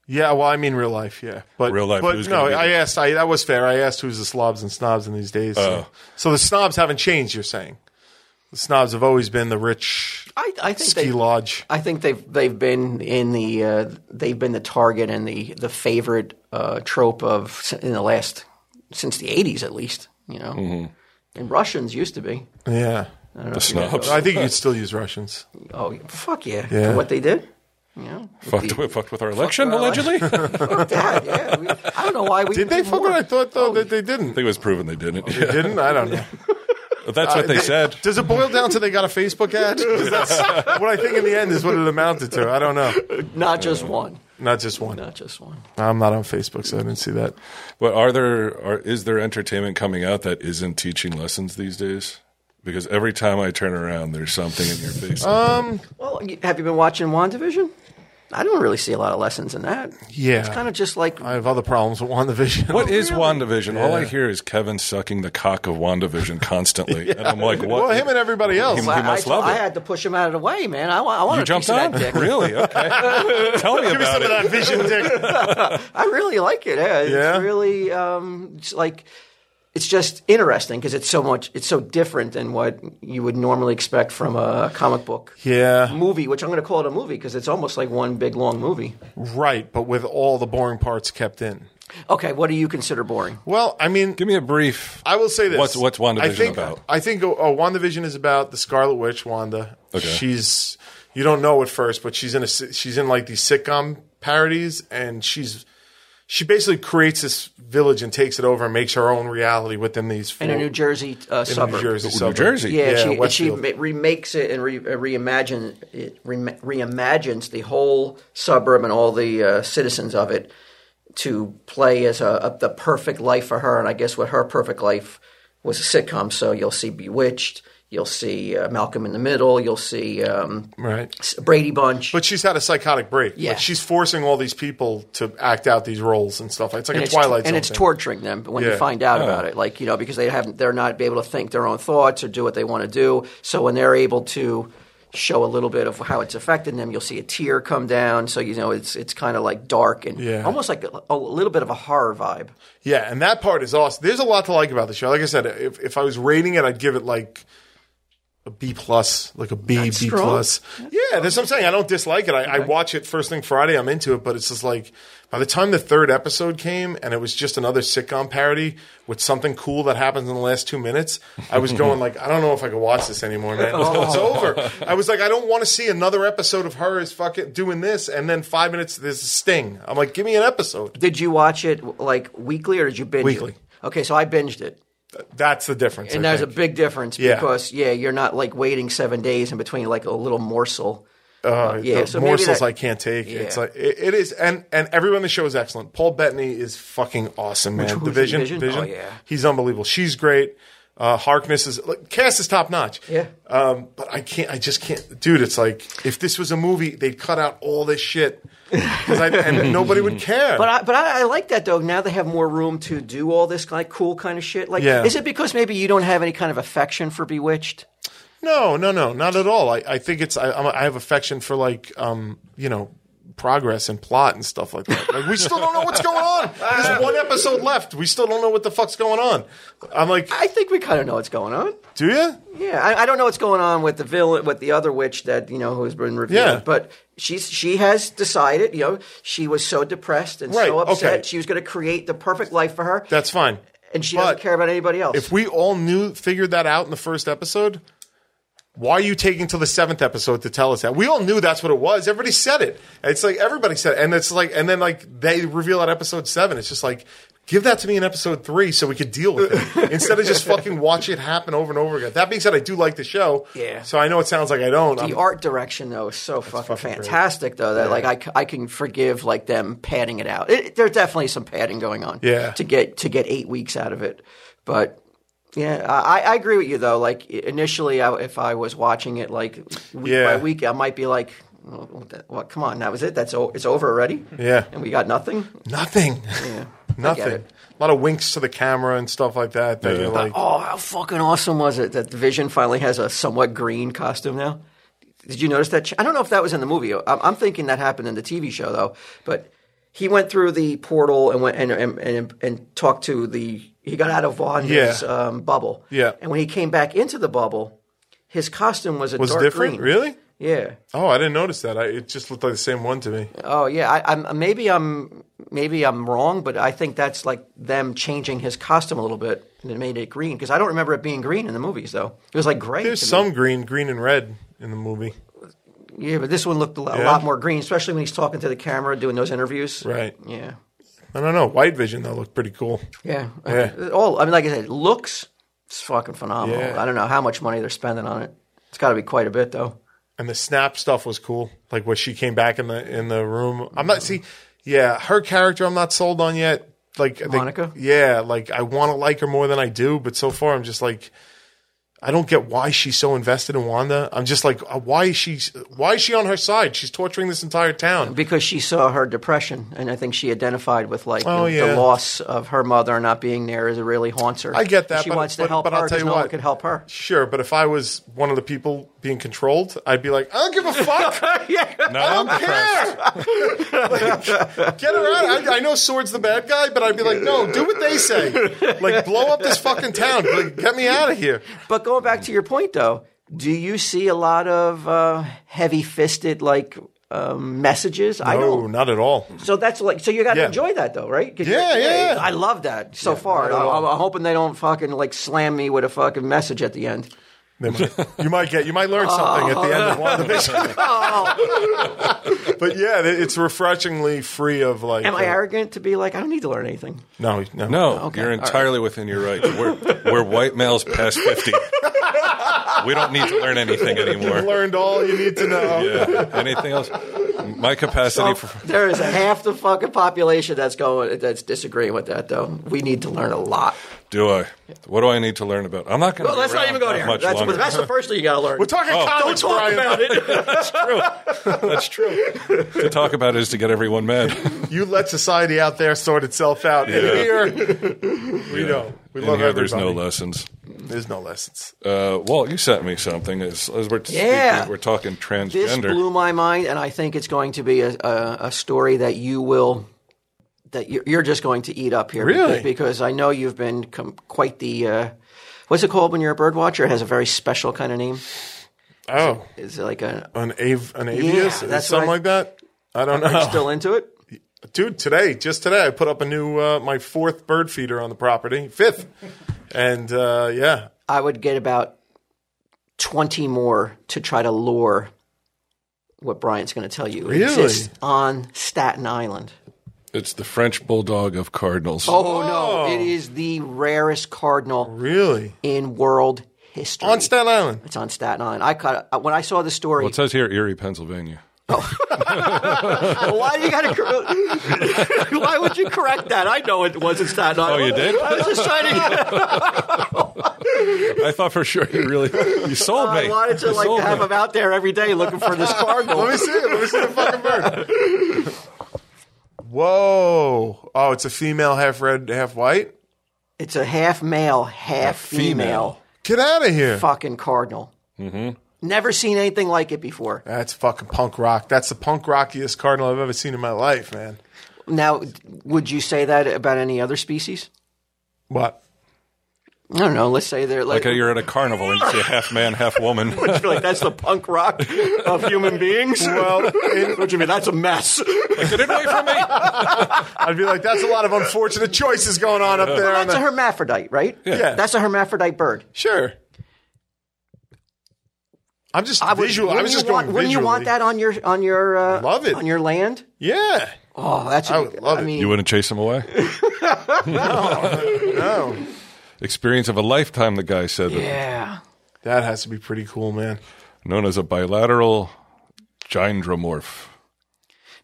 S3: Yeah, well, I mean real life, yeah, but
S1: Real life,
S3: But
S1: who's
S3: no,
S1: gonna be
S3: I
S1: the- Oh.
S3: asked. I, that was fair. I asked who's the slobs and snobs in these days. So, so the snobs haven't changed. You're saying the snobs have always been the rich
S2: I, I think
S3: ski
S2: they,
S3: lodge.
S2: I think they've they've been in the uh, they've been the target and the the favorite uh, trope of in the last since the eighties at least you know and Russians used to be
S3: Yeah,
S1: The snobs.
S3: I think you could still use Russians.
S2: oh fuck yeah,
S3: Yeah.
S2: And what they did yeah
S1: fucked, with, fucked with our election,
S2: with our
S1: allegedly? I
S2: fuck that yeah we, I don't know why we
S3: Did they
S2: did
S3: fuck?
S2: more.
S3: I thought though that they didn't.
S1: think it was proven they didn't.
S3: Oh, They didn't. Uh, I don't know.
S1: That's what they said.
S3: Does it boil down to they got a Facebook ad? 'Cause That's what I think in the end is what it amounted to. I don't know.
S2: not just one
S3: Not just one.
S2: not just one
S3: I'm not on Facebook, so I didn't see that.
S1: But are there are is there entertainment coming out that isn't teaching lessons these days? Because every
S3: Oh,
S1: time I turn around, there's something in your face.
S2: well you- have you been watching Wandavision I don't really see a lot of lessons in that.
S3: Yeah.
S2: It's kind of just like
S3: I have other problems with WandaVision.
S1: What is
S2: really?
S1: WandaVision? All I hear is Kevin sucking the cock of WandaVision constantly. And I'm like, what?
S3: Well, him and everybody else.
S1: He
S2: I,
S1: must
S2: I,
S1: love
S2: I
S1: it.
S2: had to push him out of the way, man. I, wa- I want
S1: you
S2: a
S1: jumped
S2: piece
S1: on?
S2: of that dick.
S1: Really? Okay. Tell me
S3: Give me
S1: about
S3: some
S1: it.
S3: of that vision dick.
S2: I really like it. Yeah, it's
S3: Yeah?
S2: really um, it's like it's just interesting because it's so much. It's so different than what you would normally expect from a comic book
S3: yeah.
S2: movie, which I'm going to call it a movie because it's almost like one big long movie.
S3: Right, but with all the boring parts kept in.
S2: Okay, what do you consider boring?
S3: Well, I mean,
S1: Give me a brief.
S3: I will say this.
S1: What's- what's WandaVision
S3: I think,
S1: about?
S3: I think oh, oh, WandaVision is about the Scarlet Witch, Wanda.
S1: Okay.
S3: She's you don't know at first, but she's in a si- she's in like these sitcom parodies, and she's she basically creates this village and takes it over and makes her own reality within these four,
S2: In a New Jersey uh,
S3: in a
S2: suburb.
S3: New Jersey
S1: New
S3: suburb.
S1: Jersey.
S2: Yeah, she, and she
S3: Westfield.
S2: ma- remakes it and re, uh, reimagine it, re, reimagines the whole suburb and all the uh, citizens of it to play as a, a the perfect life for her. And I guess what her perfect life was a sitcom. So you'll see Bewitched, you'll see uh, Malcolm in the Middle, you'll see um,
S3: right.
S2: s- Brady Bunch.
S3: But she's had a psychotic break.
S2: Yeah.
S3: Like she's forcing all these people to act out these roles and stuff. It's like
S2: and
S3: a
S2: it's,
S3: Twilight
S2: and
S3: Zone
S2: it's
S3: thing.
S2: torturing them when you
S3: Yeah.
S2: find out about it like you know because they haven't they're not able to think their own thoughts or do what they want to do so when they're able to show a little bit of how it's affecting them you'll see a tear come down so you know it's it's kind of like dark and
S3: Yeah.
S2: almost like a, a little bit of a horror vibe
S3: Yeah, and that part is awesome. There's a lot to like about the show. Like I said, if, if I was rating it, I'd give it like a B plus, like a B B
S2: strong.
S3: plus. yeah, that's what I'm saying. I don't dislike it. I, I watch it first thing Friday. I'm into it, but it's just like by the time the third episode came and it was just another sitcom parody with something cool that happens in the last two minutes, I was going like, I don't know if I could watch this anymore, man. It's over. I was like, I don't want to see another episode of her is fucking doing this, and then five minutes there's a sting. I'm like, give me an episode.
S2: did you watch it like weekly or did you binge
S3: Weekly.
S2: it okay so i binged it
S3: That's the difference.
S2: and
S3: I
S2: there's a
S3: think.
S2: big difference
S3: Yeah.
S2: because yeah you're not like waiting seven days in between like a little morsel
S3: Uh,
S2: yeah,
S3: the
S2: so maybe
S3: morsels
S2: that-
S3: I can't take. It's
S2: Yeah.
S3: like it, it is, and and everyone on the show is excellent. Paul Bettany is fucking awesome, man.
S2: who's in
S3: Division,
S2: Vision?
S3: Vision,
S2: Oh, yeah.
S3: he's unbelievable. She's great. Uh, Harkness is like cast is top notch.
S2: Yeah.
S3: um, but I can't. I just can't, dude. It's like if this was a movie, they'd cut out all this shit 'Cause I, and nobody would care.
S2: But I, but I, I like that though. Now they have more room to do all this like cool kind of shit. Like,
S3: Yeah.
S2: is it because maybe you don't have any kind of affection for Bewitched?
S3: No, no, no, not at all. I, I think it's I, I'm- I have affection for like um, you know progress and plot and stuff like that. Like we still don't know what's going on. There's one episode left. We still don't know what the fuck's going on. I'm like,
S2: I think we kind of know what's going on.
S3: do you?
S2: Yeah, I, I don't know what's going on with the villain, with the other witch that you know who's been revealed.
S3: Yeah.
S2: But she's she has decided. You know, she was so depressed and
S3: Right,
S2: so upset.
S3: okay.
S2: She was going to create the perfect life for her,
S3: That's fine.
S2: and she
S3: but
S2: doesn't care about anybody else.
S3: If we all knew figured that out in the first episode, why are you taking till the seventh episode to tell us that? We all knew that's what it was. Everybody said it. It's like everybody said, it. and it's like, and then like they reveal at episode seven. It's just like. Give that to me in episode three so we could deal with it instead of just fucking watch it happen over and over again. That being said, I do like the show.
S2: Yeah.
S3: So I know it sounds like I don't.
S2: the
S3: I'm-
S2: art direction though is so fucking,
S3: fucking great.
S2: fantastic though that like I, c- I can forgive like them padding it out. It, there's definitely some padding going on.
S3: Yeah.
S2: To get to get eight weeks out of it, but. Yeah, I, I agree with you though. Like i- initially, I, if I was watching it like week
S3: Yeah.
S2: by week, I might be like, "Oh, what the- "What? Come on, that was it. That's o- it's over already."
S3: Yeah.
S2: and we got nothing.
S3: nothing. nothing.
S2: it.
S3: A lot of winks to the camera and stuff like that. That
S1: Yeah.
S3: you're like,
S2: Oh, how fucking awesome was it that the Vision finally has a somewhat green costume now? Did you notice that? ch- I don't know if that was in the movie. I'm, I'm thinking that happened in the TV show though. But he went through the portal and went and and and, and talked to the. He got out of Wanda's
S3: Yeah.
S2: um, bubble.
S3: Yeah.
S2: And when he came back into the bubble, his costume was a
S3: was
S2: dark
S3: different?
S2: green.
S3: Really?
S2: Yeah.
S3: Oh, I didn't notice that. I, it just looked like the same one to me.
S2: Oh yeah, I, I'm maybe I'm maybe I'm wrong, but I think that's like them changing his costume a little bit and it made it green because I don't remember it being green in the movies though. It was like gray.
S3: There's
S2: to me.
S3: some green, green and red in the movie.
S2: yeah, but this one looked a lo- a lot,
S3: Yeah.
S2: more green, especially when he's talking to the camera doing those interviews.
S3: Right.
S2: Yeah.
S3: I don't know. White Vision though looked pretty cool.
S2: Yeah.
S3: Yeah.
S2: All I mean, like I said, it looks it's fucking phenomenal.
S3: Yeah.
S2: I don't know how much money they're spending on it. It's got to be quite a bit though.
S3: And the snap stuff was cool. Like when she came back in the in the room. I'm not see yeah, her character I'm not sold on yet. Like I think-
S2: Monica?
S3: yeah, like I wanna like her more than I do, but so far I'm just like I don't get why she's so invested in Wanda. I'm just like, uh, why is she? Why is she on her side? She's torturing this entire town.
S2: because she saw her depression, and I think she identified with like
S3: Oh,
S2: the,
S3: yeah.
S2: the loss of her mother not being there is it really haunts her.
S3: I get that.
S2: She
S3: but,
S2: wants to
S3: but-
S2: help
S3: but
S2: her
S3: I'll tell
S2: 'cause
S3: you
S2: no
S3: what,
S2: one could help her.
S3: Sure, but if I was one of the people being controlled, I'd be like, I don't give a fuck.
S1: No,
S3: I
S1: I'm
S3: don't care. Like, get her out. I, I know Sword's the bad guy, but I'd be like, no, do what they say. Like, blow up this fucking town. Like, get me out of here.
S2: But going back to your point, though, do you see a lot of uh, heavy-fisted like um, messages? I
S3: No,
S2: don't.
S3: Oh, not at all.
S2: So that's like so you got to
S3: Yeah.
S2: enjoy that though, right? 'Cause
S3: Yeah,
S2: you're-
S3: yeah.
S2: I love that so far.
S3: at all.
S2: I'm, I'm hoping they don't fucking like slam me with a fucking message at the end.
S3: They might- you might get, you might learn something at the end of WandaVision.
S1: Oh.
S3: but yeah, it- it's refreshingly free of like.
S2: Am I
S3: uh,
S2: arrogant to be like I don't need to learn anything?
S3: No, no,
S1: No,
S2: Okay,
S1: you're
S2: all right.
S1: entirely within your rights. We're, we're white males past 50. We don't need to learn anything
S3: You've
S1: anymore.
S3: learned all you need to know.
S1: Yeah. Anything else? My capacity for.
S2: Oh, there is half the fucking population that's going that's disagreeing with that though. We need to learn a lot.
S1: Do I? What do I need to learn about? I'm not going to.
S2: Well, let's not even go there.
S1: Much
S2: That's,
S1: longer.
S2: that's the first thing you got to learn.
S3: We're talking
S1: Oh.
S2: Don't
S3: comics,
S2: talk
S3: Brian.
S2: about it.
S1: That's true. to talk about is to get everyone mad.
S3: You let society out there sort itself out. And
S1: Yeah.
S3: here, we don't. We
S1: In
S3: love
S1: here,
S3: everybody.
S1: there's no lessons.
S3: There's no lessons.
S1: Uh, Walt, you sent me something. As, as we're,
S2: Yeah.
S1: speaking, we're talking transgender.
S2: this blew my mind, and I think it's going to be a, a, a story that you will that you're, you're just going to eat up here.
S3: Really?
S2: Because, because I know you've been com- quite the. Uh, What's it called when you're a bird watcher? It has a very special kind of name.
S3: Oh,
S2: Is it like a
S3: an av- an avius,
S2: that's
S3: something
S2: what I-
S3: like that. I don't know,
S2: still into it?
S3: dude. Today, just today, I put up a new uh, my fourth bird feeder on the property, fifth, and uh, yeah,
S2: I would get about 20 more to try to lure what Bryant's going to tell you. It exists on Staten Island.
S1: It's the French bulldog of cardinals.
S2: Oh, no. It is the rarest cardinal
S3: really
S2: in world history.
S3: on Staten Island.
S2: it's on Staten Island. I caught when I saw the story.
S1: Well, it says here Erie, Pennsylvania.
S2: why do you got to? why would you correct that? I know it wasn't Staten Island.
S1: you did?
S2: I was just trying to.
S1: I thought for sure you really you sold me.
S2: I wanted to
S1: You
S2: like
S1: sold
S2: to have
S1: me.
S2: him out there every day looking for this cardinal.
S3: Let me see it. Let me see the fucking bird. Whoa! Oh, it's a female, half red, half white.
S2: It's a half male, half
S1: female.
S2: female.
S3: Get out of here.
S2: fucking cardinal. Mm-hmm. Never seen anything like it before.
S3: That's fucking punk rock. That's the punk rockiest cardinal I've ever seen in my life, man.
S2: Now, would you say that about any other species?
S3: What?
S2: I don't know. Let's say they're like,
S1: Okay, you're at a carnival and you see a half man, half woman.
S2: like that's the punk rock of human beings.
S3: Well, it-
S2: what do you mean? That's a mess.
S1: Get it away from me!
S3: I'd be like, that's a lot of unfortunate choices going on up there. on
S2: That's a
S3: the-
S2: hermaphrodite, right?
S3: Yeah.
S2: That's a hermaphrodite bird.
S3: sure. I'm just
S2: would-
S3: visual. I
S2: wouldn't
S3: was
S2: you
S3: just
S2: want,
S3: going.
S2: Wouldn't you want
S3: visually.
S2: that on your on your uh,
S3: Love it.
S2: on your land?
S3: Yeah.
S2: Oh, that's
S3: I would love
S2: I
S3: it.
S2: mean,
S1: You wouldn't chase him away?
S3: No.
S1: Experience of a lifetime, the guy said.
S2: yeah.
S3: That has to be pretty cool, man.
S1: Known as a bilateral gyndramorph.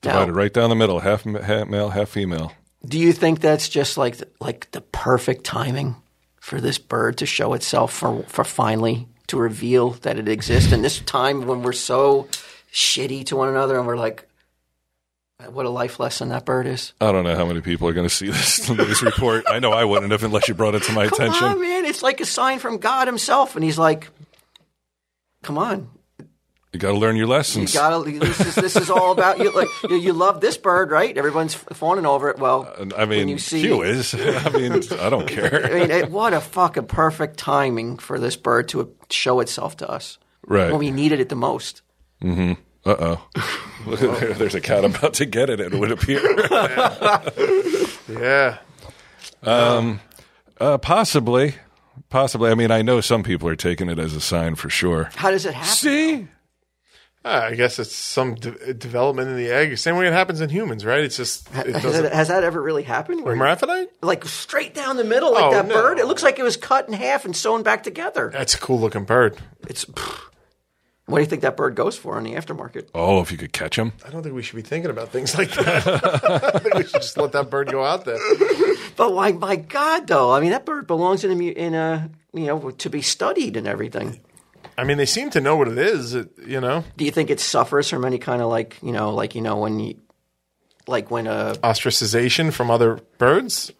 S2: Now,
S1: Divided right down the middle, half, m- half male, half female.
S2: do you think that's just like the, like the perfect timing for this bird to show itself for for finally to reveal that it exists in this time when we're so shitty to one another and we're like what a life lesson that bird is.
S1: I don't know how many people are going to see this news report. I know I wouldn't have unless you brought it to my
S2: Come
S1: attention.
S2: on, man, it's like a sign from God himself and he's like come on.
S1: You got to learn your
S2: You
S1: lessons.
S2: gotta. This is, this is all about you. Like you, you love this bird, right? Everyone's fawning over it. Well,
S1: And I mean,
S2: you see-
S1: Hugh is. I mean, I don't care.
S2: I mean, it, what a fucking perfect timing for this bird to show itself to us
S1: Right.
S2: when we needed it the most.
S1: Uh oh. there, there's a cat about to get it, it would appear.
S3: Yeah.
S1: Uh, possibly. Possibly. I mean, I know some people are taking it as a sign for sure.
S2: How does it happen?
S1: See?
S3: Ah, I guess it's some de- development in the egg. Same way it happens in humans, right? It's just it
S2: has, that,
S3: doesn't.
S2: has that ever really happened? Where you-
S3: Hermaphrodite?
S2: like straight down the middle, like
S3: Oh,
S2: that
S3: no.
S2: bird. It looks like it was cut in half and sewn back together.
S3: That's a cool looking bird.
S2: It's. pfft. what do you think that bird goes for in the aftermarket?
S1: Oh, if you could catch him.
S3: I don't think we should be thinking about things like that. I think we should just let that bird go out there.
S2: But like, my God, though, I mean, that bird belongs in a mu- in a you know, to be studied and everything.
S3: I mean, they seem to know what it is. It, you know,
S2: Do you think it suffers from any kind of like, you know, like you know when you, like when a
S3: ostracization from other birds.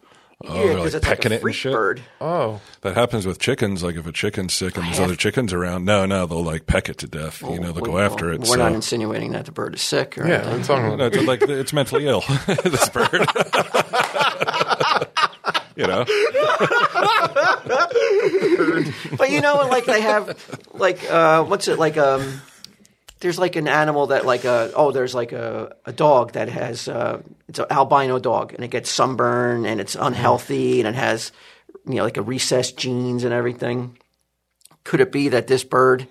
S1: Oh, they're, like, pecking it and
S2: freak
S1: shit?
S2: bird.
S3: Oh,
S1: That happens with chickens. Like if a chicken's sick and there's
S2: have-
S1: other chickens around, no, no, they'll like peck it to death. you know, they'll go
S2: We-
S1: after it.
S2: We're
S1: so.
S2: not insinuating that the bird is sick or
S3: yeah. I'm
S2: anything.
S3: talking about
S1: No, it's like it's mentally ill. this bird. you know,
S2: But you know, what, like they have, like uh, what's it like? Um, there's like an animal that like a oh, there's like a, a dog that has uh, it's an albino dog and it gets sunburn and
S1: Mm-hmm.
S2: it's unhealthy and it has you know like a recessed genes and everything. Could it be that this bird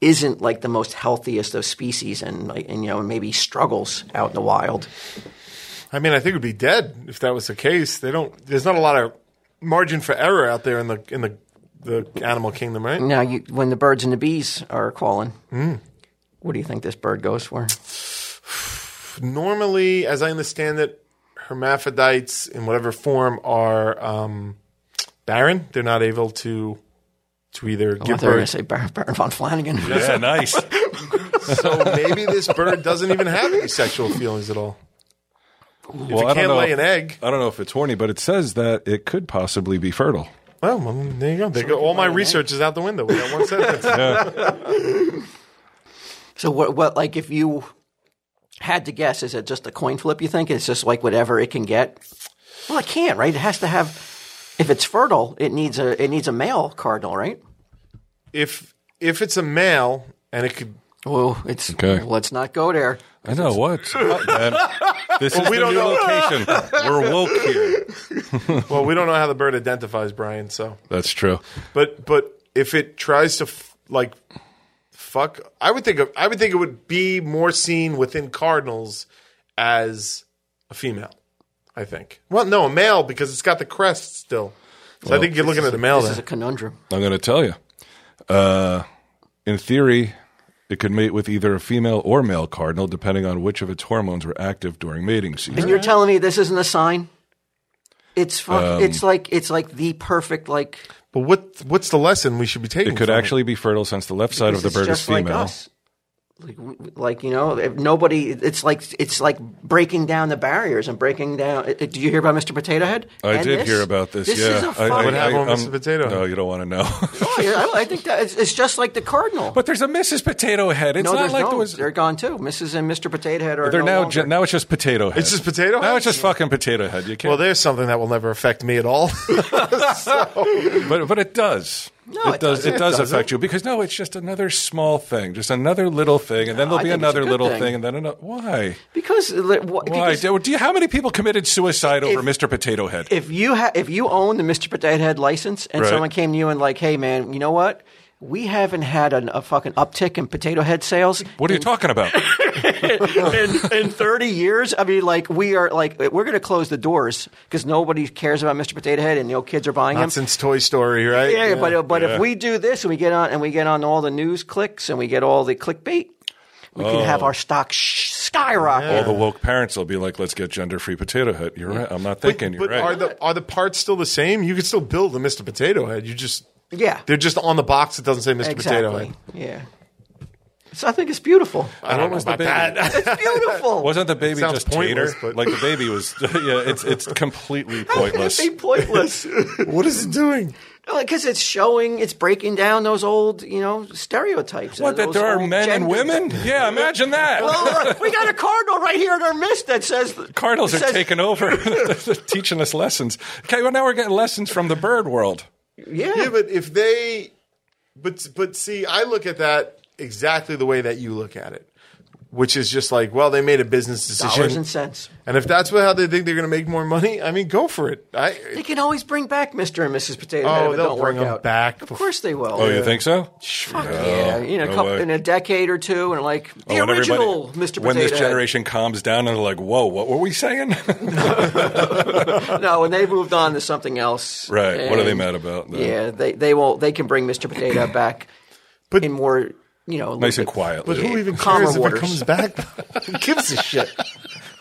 S2: isn't like the most healthiest of species and like and you know maybe struggles out in the wild?
S3: I mean, I think it would be dead if that was the case. They don't. There's not a lot of margin for error out there in the in the the animal kingdom, right?
S2: Now, you, when the birds and the bees are calling,
S1: Mm.
S2: what do you think this bird goes for?
S3: Normally, as I understand it, hermaphrodites in whatever form are um, barren. They're not able to to either
S2: I
S3: give
S2: thought you were going
S3: birth.
S2: to say Baron, Baron von Flanagan.
S1: yeah, nice.
S3: so maybe this bird doesn't even have any sexual feelings at all.
S1: well,
S3: it
S1: I don't
S3: can't
S1: know
S3: lay
S1: if-
S3: an egg.
S1: I don't know if it's horny, but it says that it could possibly be fertile.
S3: Well, well there you go. There go. All my research is out the window. We got one sentence.
S2: So, what, what, like, if you had to guess, is it just a coin flip, you think? It's just like whatever it can get? Well, it can't, right? It has to have, if it's fertile, it needs a, it needs a male cardinal, right?
S3: if if it's a male and it could,
S2: Oh, it's,
S1: Okay.
S2: let's not go there.
S1: I know what. Man, this is
S3: we
S1: the
S3: don't
S1: new
S3: know.
S1: location. We're woke here.
S3: well, we don't know how the bird identifies, Brian. So,
S1: That's true.
S3: but but if it tries to f- like fuck, I would think of, I would think it would be more seen within cardinals as a female. I think. Well, no, a male because it's got the crest still. So I think you're looking at a
S1: Oh,
S3: male
S2: This is
S3: there.
S2: a conundrum.
S1: I'm going to tell you. Uh, in theory, it could mate with either a female or male cardinal, depending on which of its hormones were active during mating
S2: And
S1: season.
S2: you're telling me this isn't a sign? It's fuck,
S1: Um,
S2: it's like it's like the perfect like
S3: But what what's the lesson we should be taking?
S1: It could
S3: from
S1: actually be fertile since the left side of the
S2: This
S1: bird is
S2: just like
S1: female.
S2: us. Like, w- like you know, if nobody. It's like it's like breaking down the barriers and breaking down. it- it- Do you hear about Mr. Potato Head?
S1: I
S2: And
S1: did
S2: this?
S1: hear about this.
S2: This
S1: yeah,
S2: is a
S1: I- I-
S2: fucking.
S3: What happened with
S1: I'm-
S3: Mr. Potato?
S1: No, you don't want to know.
S2: Oh, yeah, I, I think that it's, it's just like the cardinal.
S1: but there's a Mrs. Potato Head. It's
S2: no,
S1: not
S2: there's
S1: like
S2: no.
S1: there was.
S2: They're gone too. Mrs. and Mr. Potato Head are.
S1: They're
S2: no
S1: now
S2: longer-
S1: ju- now it's just potato head.
S3: It's just potato
S1: Now
S3: head?
S1: it's just fucking potato head. You can't.
S3: Well, there's something that will never affect me at all.
S1: but but it does.
S2: No, it
S1: does.
S2: doesn't.
S1: It does affect you because no, it's just another small thing, just another little thing, and then
S2: I
S1: there'll be
S2: think it's a
S1: another
S2: good
S1: little
S2: thing.
S1: thing, and then another. Why?
S2: because li- wh-
S1: Why?
S2: because
S1: Do, do you, how many people committed suicide over Mr. Potato Head?
S2: if you ha- if you own the Mr. Potato Head license and
S1: Right.
S2: someone came to you and like, hey man, you know what? We haven't had an, a fucking uptick in potato head sales
S1: what are you talking about?
S2: in, in 30 years, I mean, like, we are, like, we're going to close the doors because nobody cares about Mr. Potato Head and the old kids are buying him.
S3: Not since Toy Story, right?
S2: yeah, but, but if we do this and we get on and we get on all the news clicks and we get all the clickbait, we can have our stock sh- skyrocket.
S1: Oh. All the woke parents will be like, "Let's get gender-free Potato Head." You're right. I'm not thinking.
S3: but
S1: you're
S3: are
S1: right.
S3: the are the parts still the same? You can still build a Mr. Potato Head. You just
S2: Yeah.
S3: they're just on the box. It doesn't say Mr. Potato
S2: exactly.
S3: Head.
S2: Yeah. So I think it's beautiful.
S3: I don't know about that.
S2: It's beautiful.
S1: Wasn't the baby
S3: sounds
S1: just
S3: pointless,
S1: tater?
S3: but-
S1: Like the baby was. yeah, it's it's completely pointless.
S2: It'd be pointless.
S3: what is it doing?
S2: Because it's showing, it's breaking down those old, you know, stereotypes.
S1: What? That
S2: those
S1: there are
S2: old
S1: men
S2: gender-
S1: and women? Yeah, imagine that.
S2: Well, look, we got a cardinal right here in our midst that says
S1: Cardinals are
S2: says-
S1: taking over, teaching us lessons. Okay, well now we're getting lessons from the bird world.
S2: Yeah,
S3: Yeah, but if they, but but see, I look at that exactly the way that you look at it, which is just like, well, they made a business
S2: dollars
S3: decision,
S2: and cents.
S3: and if that's what, how they think they're going to make more money, I mean, go for it. I
S2: They can always bring back Mr. and Mrs. Potato Head if
S3: oh,
S2: it
S3: they'll
S2: don't
S3: bring
S2: work
S3: them
S2: out.
S3: back.
S2: Of course they will.
S1: Oh, you think so?
S2: yeah, you know, a
S1: no
S2: couple,
S1: way. Oh,
S2: in a decade or two, and like the
S1: When everybody-
S2: original Mr. Potato
S1: When this
S2: Head.
S1: generation calms down and they're like, "Whoa, what were we saying?"
S2: No, and they moved on to something else.
S1: right? What are they
S2: And,
S1: mad about? then?
S2: Yeah, they they will. They can bring Mr. Potato Head back,
S3: But-
S2: in more you know, a little
S1: Nice and
S2: bit-
S1: quiet.
S3: But who even
S2: Calmer
S3: cares if it
S2: waters.
S3: comes back? Who gives a shit?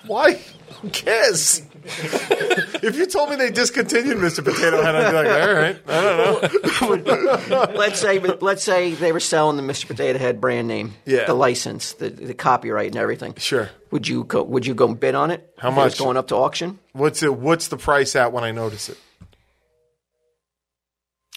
S3: Why? Who cares? if you told me they discontinued Mr. Potato Head, I'd be like, all right, I don't know.
S2: let's say let's say they were selling the Mr. Potato Head brand name,
S3: Yeah.
S2: the license, the, the copyright, and everything.
S3: Sure.
S2: Would you go? Would you go and bid on it?
S3: How
S2: if it was
S3: much?
S2: going up to auction?
S3: What's it? What's the price at when I notice it?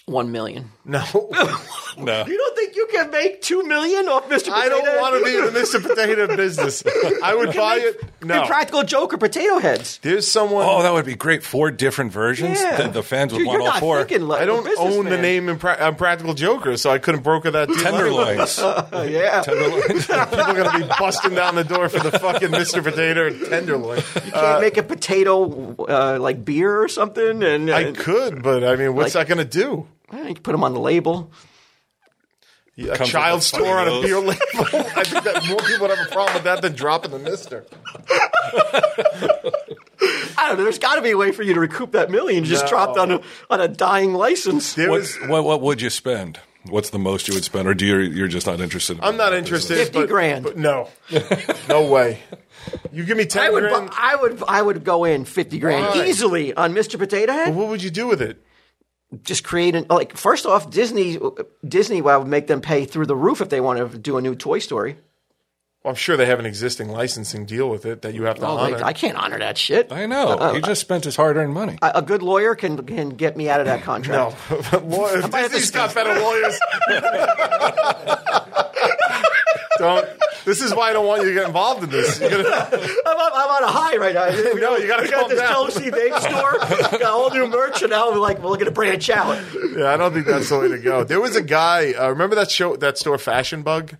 S2: One million.
S3: No,
S1: No.
S2: You don't think you can make two million off Mr. Potato?
S3: I don't
S2: Head?
S3: want to be in the Mr. Potato business. I would buy it. No,
S2: Impractical Joker potato heads.
S3: there's someone.
S1: Oh, that would be great. Four different versions.
S2: Yeah.
S1: The, the fans would
S2: Dude,
S1: want
S2: you're
S1: all
S2: not
S1: four.
S2: Thinking like
S3: I
S2: a
S3: don't own the
S2: businessman.
S3: name Impra- Impractical Joker, so I couldn't broker that. deal.
S1: Tenderloins.
S2: Uh, yeah.
S1: Tenderloins.
S3: People are going to be busting down the door for the fucking Mr. Potato and Tenderloin.
S2: Can't make a potato uh, like beer or something, and uh,
S3: I could, but I mean, what's
S2: Like-
S3: that going to do?
S2: eh, you put them on the label.
S3: A
S1: Comes
S3: child
S1: with a
S3: store on
S1: funny
S3: a
S1: nose.
S3: beer label. I think that more people would have a problem with that than dropping the Mister.
S2: I don't know. There's got to be a way for you to recoup that million you just
S3: No.
S2: dropped on a on a dying license.
S3: There
S1: what,
S3: was-
S1: what, what would you spend? What's the most you would spend? Or do you, you're just not interested? in
S3: I'm not
S1: that
S3: interested.
S1: business?
S2: 50
S3: but-
S2: grand.
S3: but no, no way. You give me ten
S2: I would,
S3: grand.
S2: bu- I would, I would go in fifty grand
S3: Why?
S2: easily on Mr. Potato Head.
S3: what would you do with it?
S2: Just create an like. First off, Disney, Disney, well, I would make them pay through the roof if they want to do a new Toy Story.
S3: Well, I'm sure they have an existing licensing deal with it that you have to
S2: Oh,
S3: honor.
S2: like, I can't honor that shit.
S1: I know. he just spent his hard earned money.
S2: A a good lawyer can can get me out of that
S3: no,
S2: contract.
S3: Law-
S2: might have to
S3: Disney's got better lawyers. don't. This is why I don't want you to get involved in this. You're gonna,
S2: I'm, on- I'm on a high right now.
S3: No, you gotta
S2: We got
S3: calm
S2: this
S3: down.
S2: Chelsea vape store, got all new merch, and now we're like, we're gonna branch out.
S3: yeah, I don't think that's the way to go. There was a guy. Uh, remember that show? That store, Fashion Bug.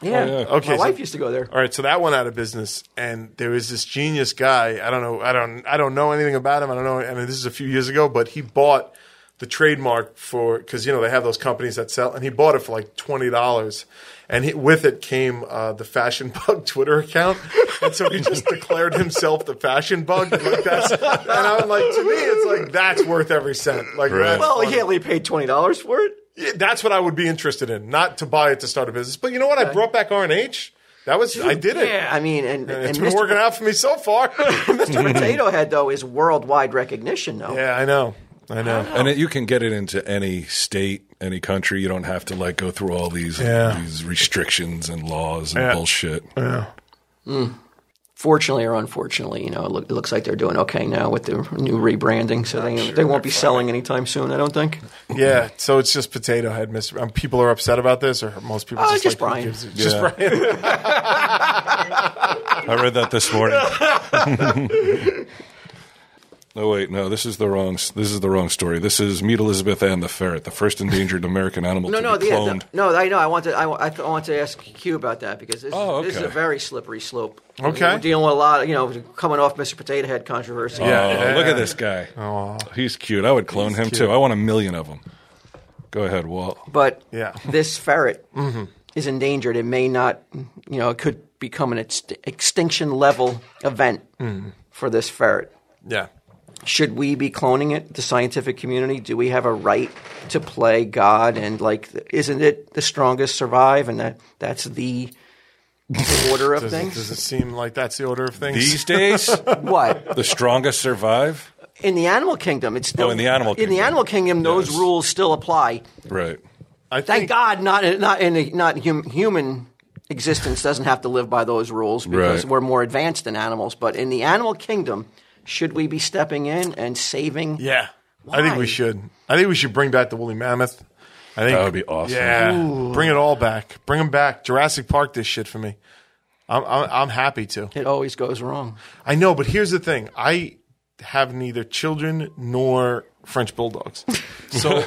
S2: Yeah.
S3: Okay,
S2: My
S3: so-
S2: wife used to go there.
S3: All right, so that went out of business, and there was this genius guy. I don't know, I don't, I don't know anything about him. I don't know. I mean, this is a few years ago, but he bought the trademark for because you know they have those companies that sell, and he bought it for like twenty dollars, and he, with it came uh, the Fashion Bug Twitter account, and so he just declared himself the Fashion Bug. Like that's, and I'm like, to me, it's like that's worth every cent. Like,
S1: Right.
S3: that's
S2: Well,
S3: funny.
S2: he only paid twenty dollars for it.
S3: Yeah, that's what I would be interested in, not to buy it to start a business. But you know what? I brought back R and H. That was I did it.
S2: I mean, and,
S3: And it's
S2: and
S3: been
S2: Mr.
S3: working out for me so far.
S2: Mr. Potato Head though is worldwide recognition though.
S3: yeah, I know. I know.
S2: Oh.
S1: And it, you can get it into any state, any country. You don't have to like go through all these
S3: Yeah.
S1: these restrictions and laws and
S3: Yeah.
S1: bullshit.
S2: Fortunately or unfortunately, you know, it, look, it looks like they're doing okay now with the new rebranding, so they they won't be selling anytime soon. I don't think.
S3: Yeah, so it's just potato head, Mister. Um, people are upset about this, or most people
S2: Oh,
S3: Uh, just,
S2: just
S3: like, who
S2: Brian.
S3: gives a- Just
S1: Yeah.
S3: Brian.
S1: I read that this morning. No wait, no. This is the wrong. This is the wrong story. This is Meet Elizabeth Ann the ferret, the first endangered American animal
S2: No,
S1: to
S2: no,
S1: be
S2: the,
S1: cloned.
S2: no, no, I know. I want to. I, wa- I th- I want to ask Q about that because this,
S1: Oh,
S2: is, this is
S1: okay.
S2: a very slippery slope.
S3: Okay.
S2: We're dealing with a lot. Of, you know, coming off Mr. Potato Head controversy.
S1: Oh,
S3: Yeah.
S1: look at this guy. He's cute. I would clone him too. I want a million of them. Go ahead, Walt.
S2: But
S3: Yeah.
S2: this ferret
S1: Mm-hmm.
S2: is endangered. It may not. You know, it could become an ext- extinction level event
S1: Mm.
S2: for this ferret.
S3: Yeah,
S2: Should we be cloning it? The scientific community? Do we have a right to play God? And like, isn't it the strongest survive? And that that's the order of
S3: does it,
S2: things.
S3: does it seem like that's the order of things?
S1: These days, the
S2: What?
S1: strongest survive.
S2: in the animal kingdom, it's still
S1: Oh, in the animal
S2: in the
S1: kingdom.
S2: animal kingdom, those
S1: Yes.
S2: rules still apply.
S1: Right.
S3: I
S2: Thank
S3: think.
S2: God, not not in a, not hum, human existence doesn't have to live by those rules because
S1: Right.
S2: we're more advanced than animals. But in the animal kingdom, should we be stepping in and saving?
S3: Yeah, I think
S2: Why?
S3: we should. I think we should bring back the woolly mammoth. I think
S1: That would be awesome.
S3: Yeah, bring it all back. Bring them back. Jurassic Park. This shit for me. I'm I'm, I'm happy to.
S2: It always goes wrong.
S3: I know, but here's the thing. I have neither children nor French bulldogs. So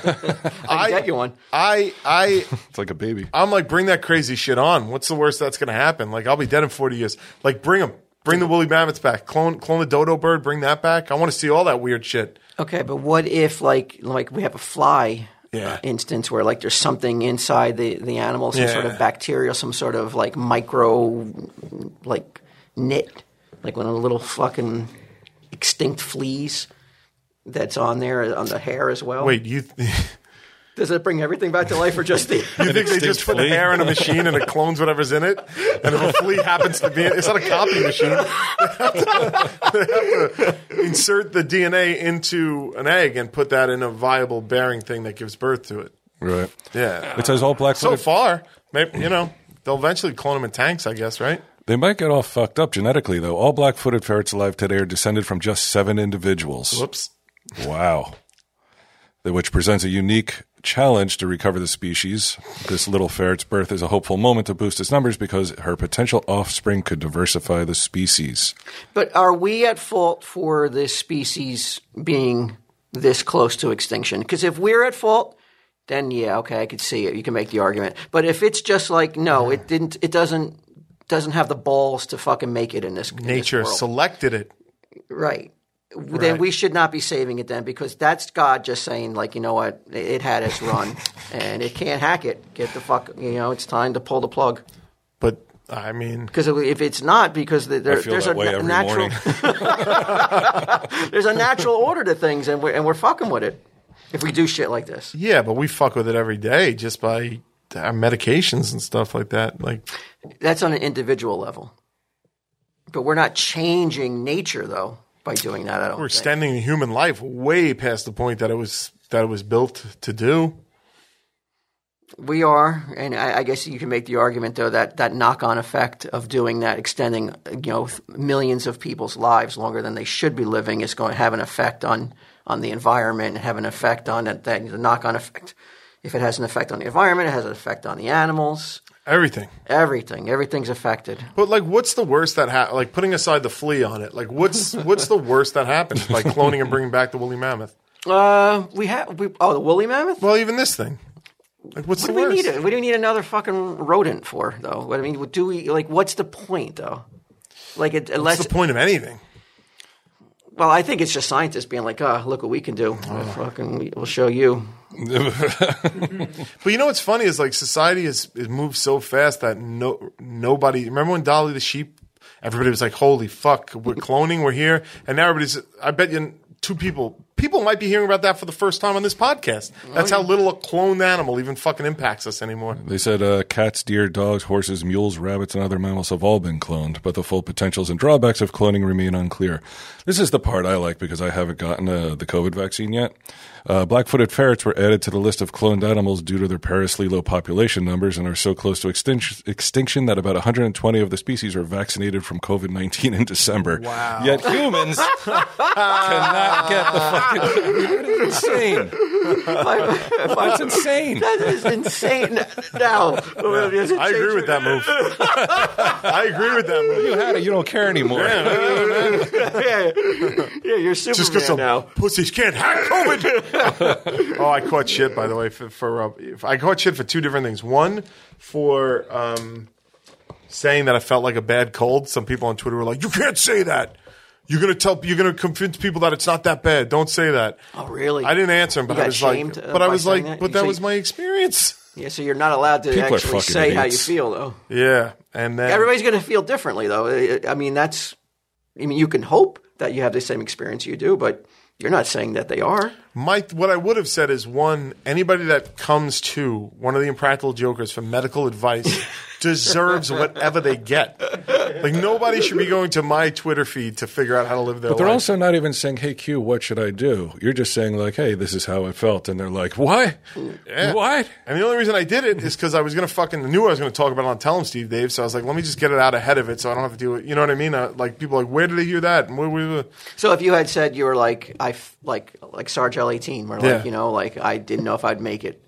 S3: I
S2: Get you one.
S3: I I
S1: It's like a baby.
S3: I'm like bring that crazy shit on. What's the worst that's going to happen? Like I'll be dead in 40 years. Like bring them. Bring the woolly mammoths back. Clone clone the dodo bird, bring that back. I want to see all that weird shit.
S2: Okay, but what if like like we have a fly
S3: Yeah.
S2: uh, instance where like there's something inside the the animal, some sort
S3: Yeah.
S2: of bacteria, some sort of like micro like knit, like one of the little fucking extinct fleas that's on there on the hair as well.
S3: Wait, you
S2: Does it bring everything back to life or just the?
S3: You think they
S1: extinct
S3: just put
S1: flea?
S3: hair in a machine and it clones whatever's in it? And if a flea happens to be in it's not a copy machine. They have, to, they have to insert the DNA into an egg and put that in a viable bearing thing that gives birth to it.
S1: Right.
S3: Yeah.
S1: It says all black
S3: So
S1: footed.
S3: far, maybe, you know, they'll eventually clone them in tanks, I guess, right?
S1: they might get all fucked up genetically, though. All black footed ferrets alive today are descended from just seven individuals.
S3: Whoops.
S1: Wow. That- Which presents a unique challenge to recover the species. This little ferret's birth is a hopeful moment to boost its numbers because her potential offspring could diversify the species.
S2: But are we at fault for this species being this close to extinction? Because if we're at fault, then yeah, okay, I could see it. You can make the argument. But if it's just like no, it didn't. It doesn't doesn't have the balls to fucking make it in this in this
S3: Nature
S2: world.
S3: selected it.
S2: right. Then we should not be saving it then because that's God just saying like you know what it it had its run and it can't hack it. Get the fuck you know it's time to pull the plug
S3: But, I mean,
S2: because if it's not because the, there,
S1: feel
S2: there's
S1: that
S2: a
S1: way
S2: na-
S1: every
S2: natural there's a natural order to things and we're, and we're fucking with it if we do shit like this
S3: yeah, but we fuck with it every day just by our medications and stuff like that. Like,
S2: that's on an individual level but we're not changing nature though by doing that i don't
S3: we're
S2: think.
S3: extending human life way past the point that it was that it was built to do.
S2: we are and I, I guess you can make the argument though that that knock-on effect of doing that extending you know th- millions of people's lives longer than they should be living is going to have an effect on on the environment and have an effect on that, that the knock-on effect if it has an effect on the environment it has an effect on the animals
S3: Everything.
S2: everything everything's affected
S3: But like, what's the worst that happened? Like putting aside the flea on it, like what's what's the worst that happened by cloning and bringing back the woolly mammoth?
S2: Uh, we have we oh the woolly mammoth.
S3: Well, even this thing. Like, what's the
S2: What do we
S3: worst?
S2: need it? What do we need another fucking rodent for though? What I mean, do we like? What's the point though? Like it,
S3: What's
S2: unless
S3: the point of anything?
S2: well, I think it's just scientists being like, oh, look what we can do. Fucking, we- we'll show you.
S3: But you know what's funny is like society has, has moved so fast that no nobody. Remember when Dolly the sheep? Everybody was like, "Holy fuck, we're cloning, we're here!" And now everybody's. I bet you two people. People might be hearing about that for the first time on this podcast. That's how little a cloned animal even fucking impacts us anymore.
S1: They said uh, cats, deer, dogs, horses, mules, rabbits, and other mammals have all been cloned, but the full potentials and drawbacks of cloning remain unclear. This is the part I like because I haven't gotten uh, the COVID vaccine yet. Uh, Black footed ferrets were added to the list of cloned animals due to their perilously low population numbers and are so close to extinction, extinction that about 120 of the species were vaccinated from COVID 19 in December. Wow. Yet humans cannot get the fucking. insane. That's insane.
S2: that is insane. Now,
S3: I agree with that move. I agree with that move.
S1: You had it. You don't care anymore.
S2: yeah, yeah, you're Superman
S3: Just because some
S2: now.
S3: pussies can't hack COVID. oh, I caught shit by the way for, for uh, if- I caught shit for two different things. One for um, saying that I felt like a bad cold. Some people on Twitter were like, "You can't say that. You're gonna tell. You're gonna convince people that it's not that bad. Don't say that."
S2: Oh, really?
S3: I didn't answer him, but
S2: You
S3: I
S2: got
S3: was
S2: shamed,
S3: like,
S2: uh,
S3: "But I
S2: by
S3: was like,
S2: saying that?
S3: but
S2: So
S3: that
S2: you-
S3: was my experience."
S2: Yeah, so you're not allowed to
S1: People are
S2: actually
S1: fucking
S2: say how you
S1: idiots.
S2: feel though.
S3: Yeah, and then
S2: Everybody's going to feel differently, though. I- I mean, that's. I mean, you can hope that you have the same experience you do, but you're not saying that they are.
S3: My what I would have said is one anybody that comes to one of the impractical jokers for medical advice deserves whatever they get. Like nobody should be going to my Twitter feed to figure out how to live their
S1: But they're
S3: life.
S1: also not even saying, "Hey Q, what should I do?" You're just saying like, "Hey, this is how I felt," and they're like, "What? What?"
S3: and the only reason I did it is because I was gonna fucking knew I was gonna talk about it on Tell 'em Steve Dave, so I was like, let me just get it out ahead of it, so I don't have to do it. You know what I mean? Uh, like people are like, where did they hear that? And where, where, where?
S2: So if you had said you were like I f- like like Sarge L eighteen, where like
S3: Yeah.
S2: you know like I didn't know if I'd make it,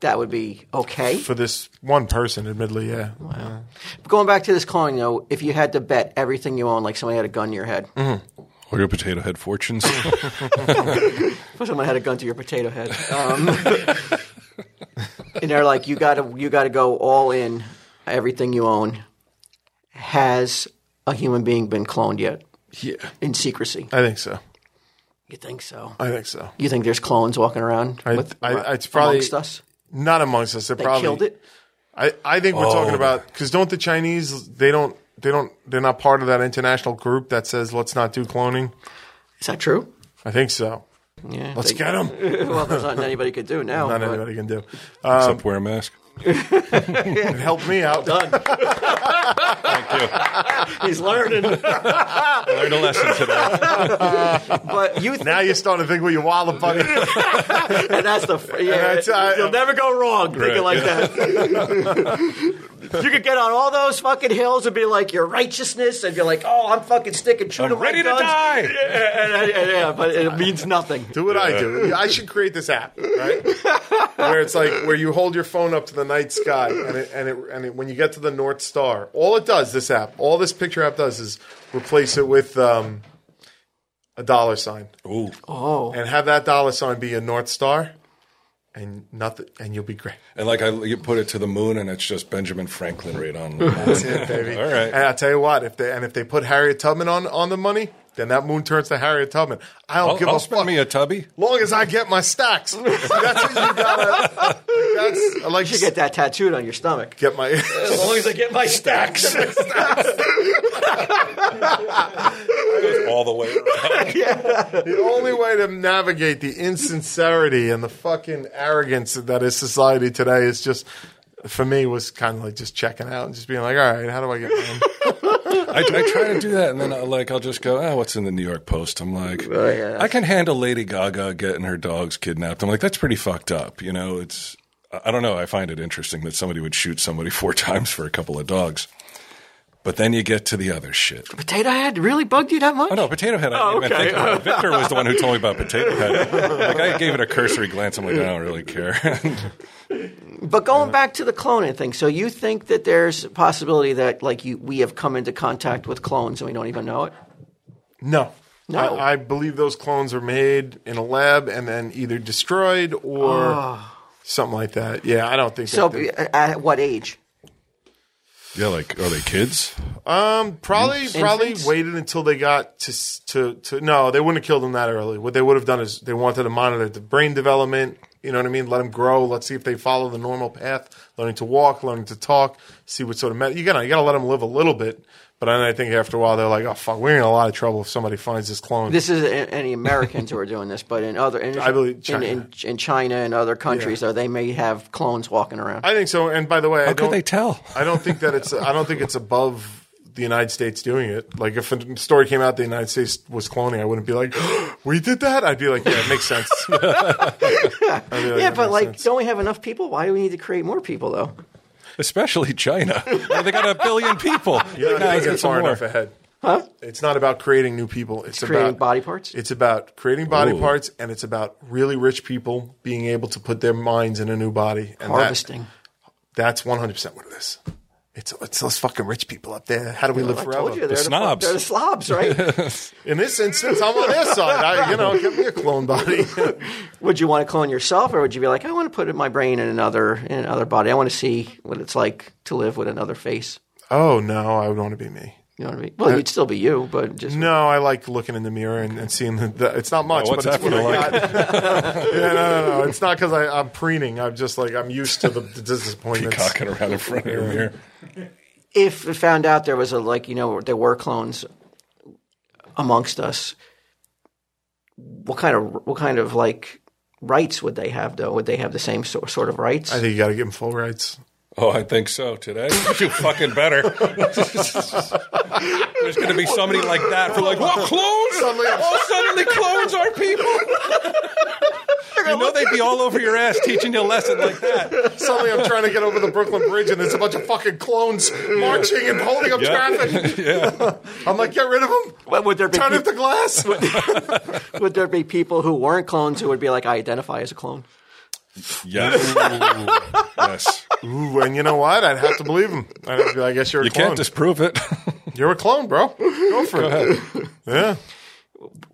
S2: that would be okay.
S3: For this one person, admittedly, yeah. Wow.
S2: Going back to this cloning though, if you had to bet everything you own, like somebody had a gun to your head,
S3: Mm-hmm.
S1: Or your potato head fortunes.
S2: someone had a gun to your potato head, um, and they're like you gotta you gotta go all in. Everything you own has a human being been cloned yet
S1: yeah.
S2: in secrecy.
S3: I think so.
S2: You think so?
S3: I think so.
S2: You think there's clones walking around
S3: I,
S2: with
S3: I, it's probably
S2: amongst us?
S3: not amongst us. They
S2: They
S3: probably
S2: killed it.
S3: I, I think we're
S1: Oh.
S3: talking about because don't the Chinese they don't they don't they're not part of that international group that says let's not do cloning.
S2: Is that true?
S3: I think so.
S2: Yeah,
S3: Let's
S2: they-
S3: get them.
S2: well, there's nothing anybody could do now.
S3: Not
S2: but-
S3: anybody can do.
S1: Except wear a mask.
S3: It helped me out.
S2: Done.
S1: Thank you.
S2: He's learning.
S1: Learned a lesson today.
S2: But you think,
S3: Now you're starting to think with your wallet, buddy.
S2: and that's the yeah,
S3: That's, uh,
S2: you'll never go wrong
S1: Right.
S2: thinking like that. you could get on all those fucking hills and be like your righteousness, and you're like, oh, I'm fucking sticking true
S1: I'm
S2: to my
S1: ready to
S2: guns.
S1: die.
S2: Yeah, and, and- and- yeah, but it means nothing.
S3: Do what I do. I should create this app, right? where it's like where you hold your phone up to the night sky, and it, and it, and it, when you get to the North Star, all it does, this app, all this picture app does, is replace it with um, a dollar sign,
S1: Ooh.
S2: Oh,
S3: and have that dollar sign be a North Star, and nothing, and you'll be great.
S1: And like I, you put it to the moon, and it's just Benjamin Franklin right on.
S3: That's it, baby. Uh,
S1: All right.
S3: And I tell you what, if they and if they put Harriet Tubman on on the money, then that moon turns to Harriet Tubman. I don't
S1: I'll,
S3: give
S1: I'll
S3: a
S1: spend
S3: fuck.
S1: me a tubby.
S3: long as I get my stocks. See, that's what you gotta. That's I like
S2: you should get that tattooed on your stomach.
S3: get my.
S2: As long as I get my stacks.
S1: all the way around.
S3: the only way to navigate the insincerity and the fucking arrogance that is society today is just. For me, was kind of like just checking out and just being like, "All right, how do I get home?"
S1: I, I try to do that, and then I, like I'll just go, "Ah, what's in the New York Post?" I'm like,
S2: Well, Oh, yeah, that's-
S1: I can handle Lady Gaga getting her dogs kidnapped. I'm like, that's pretty fucked up. You know, it's I I don't know. I find it interesting that somebody would shoot somebody four times for a couple of dogs. But then you get to the other shit.
S2: Potato head really bugged you that much?
S1: Oh no, Potato Head. I didn't
S2: Oh,
S1: even
S2: okay.
S1: think about. Victor was the one who told me about Potato Head. like I gave it a cursory glance. I'm like, I don't really care.
S2: But going back to the cloning thing, so you think that there's a possibility that like you, we have come into contact with clones and we don't even know it?
S3: No.
S2: No.
S3: I, I believe those clones are made in a lab and then either destroyed or something like that. Yeah, I don't think
S2: Ah. So
S3: that they-
S2: uh, at what age?
S1: yeah, like are they kids?
S3: Um, probably, probably
S2: Infants?
S3: waited until they got to s- to to. No, they wouldn't have killed them that early. What they would have done is they wanted to monitor the brain development. You know what I mean? Let them grow. Let's see if they follow the normal path, learning to walk, learning to talk. See what sort of med- you gotta you gotta let them live a little bit. But then I think after a while they're like, oh fuck, we're in a lot of trouble if somebody finds this clone.
S2: This is a- any Americans who are doing this, but in other in,
S3: I believe
S2: in-
S3: China.
S2: In, in, China and other countries, though, they may have clones walking around.
S3: I think so. And by the way, I
S1: How could
S3: don't,
S1: they tell?
S3: I don't think that it's. I don't think it's above the United States doing it. Like if a story came out the United States was cloning, I wouldn't be like, "We did that." I'd be like, "Yeah, it makes sense." I'd be like,
S2: yeah,
S3: "That
S2: but
S3: makes
S2: like,
S3: sense."
S2: don't we have enough people? Why do we need to create more people though?
S1: Especially China. they got a billion people.
S3: you're
S1: Nah,
S3: not
S1: let's
S3: thinking
S1: get some
S3: far
S1: more.
S3: enough ahead. Huh? It's not about creating new people. It's
S2: Creating
S3: about
S2: body parts.
S3: It's about creating body
S1: Ooh.
S3: parts, and it's about really rich people being able to put their minds in a new body. And that-
S2: Harvesting.
S3: that's one hundred percent what it is. It's it's those fucking rich people up there. How do we live
S2: I
S3: forever?
S2: told you, they're the, fuck-
S1: snobs.
S2: they're the slobs, right?
S3: In this instance, I'm on their side. I, you know, give me a clone body.
S2: would you want to clone yourself, or would you be like, I want to put in my brain in another in another body? I want to see what it's like to live with another face.
S3: oh no, I would want to be me.
S2: You know what I mean? Well, you'd still be you, but just
S3: No, I like looking in the mirror and, and seeing the, the. It's not much,
S1: Oh, what's
S3: but it's
S1: that
S3: what I
S1: feel
S3: got. yeah, no, no, no. It's not because I'm preening. I'm just like I'm used to the, the disappointments.
S1: Cocking around in front of your mirror.
S2: if it found out there was a like you know there were clones amongst us, what kind of what kind of like rights would they have though? Would they have the same so, sort of rights?
S3: I think you got to give them full rights.
S1: Oh, I think so. Today, you do fucking better. There's going to be somebody like that for like, what clones?
S3: Suddenly I'm-
S1: oh, suddenly clones are people. you know they'd be all over your ass teaching you a lesson like that.
S3: Suddenly, I'm trying to get over the Brooklyn Bridge, and there's a bunch of fucking clones marching and holding up traffic.
S1: yeah.
S3: I'm like, get rid of them.
S2: But would there be
S3: Turn
S2: peop-
S3: up the glass.
S2: would there be people who weren't clones who would be like I identify as a clone?
S1: Yes. yes.
S3: Ooh, and you know what? I'd have to believe him. I'd have to be, I guess you're a
S1: You
S3: clone.
S1: can't disprove it.
S3: You're a clone, bro. Go for it. Yeah.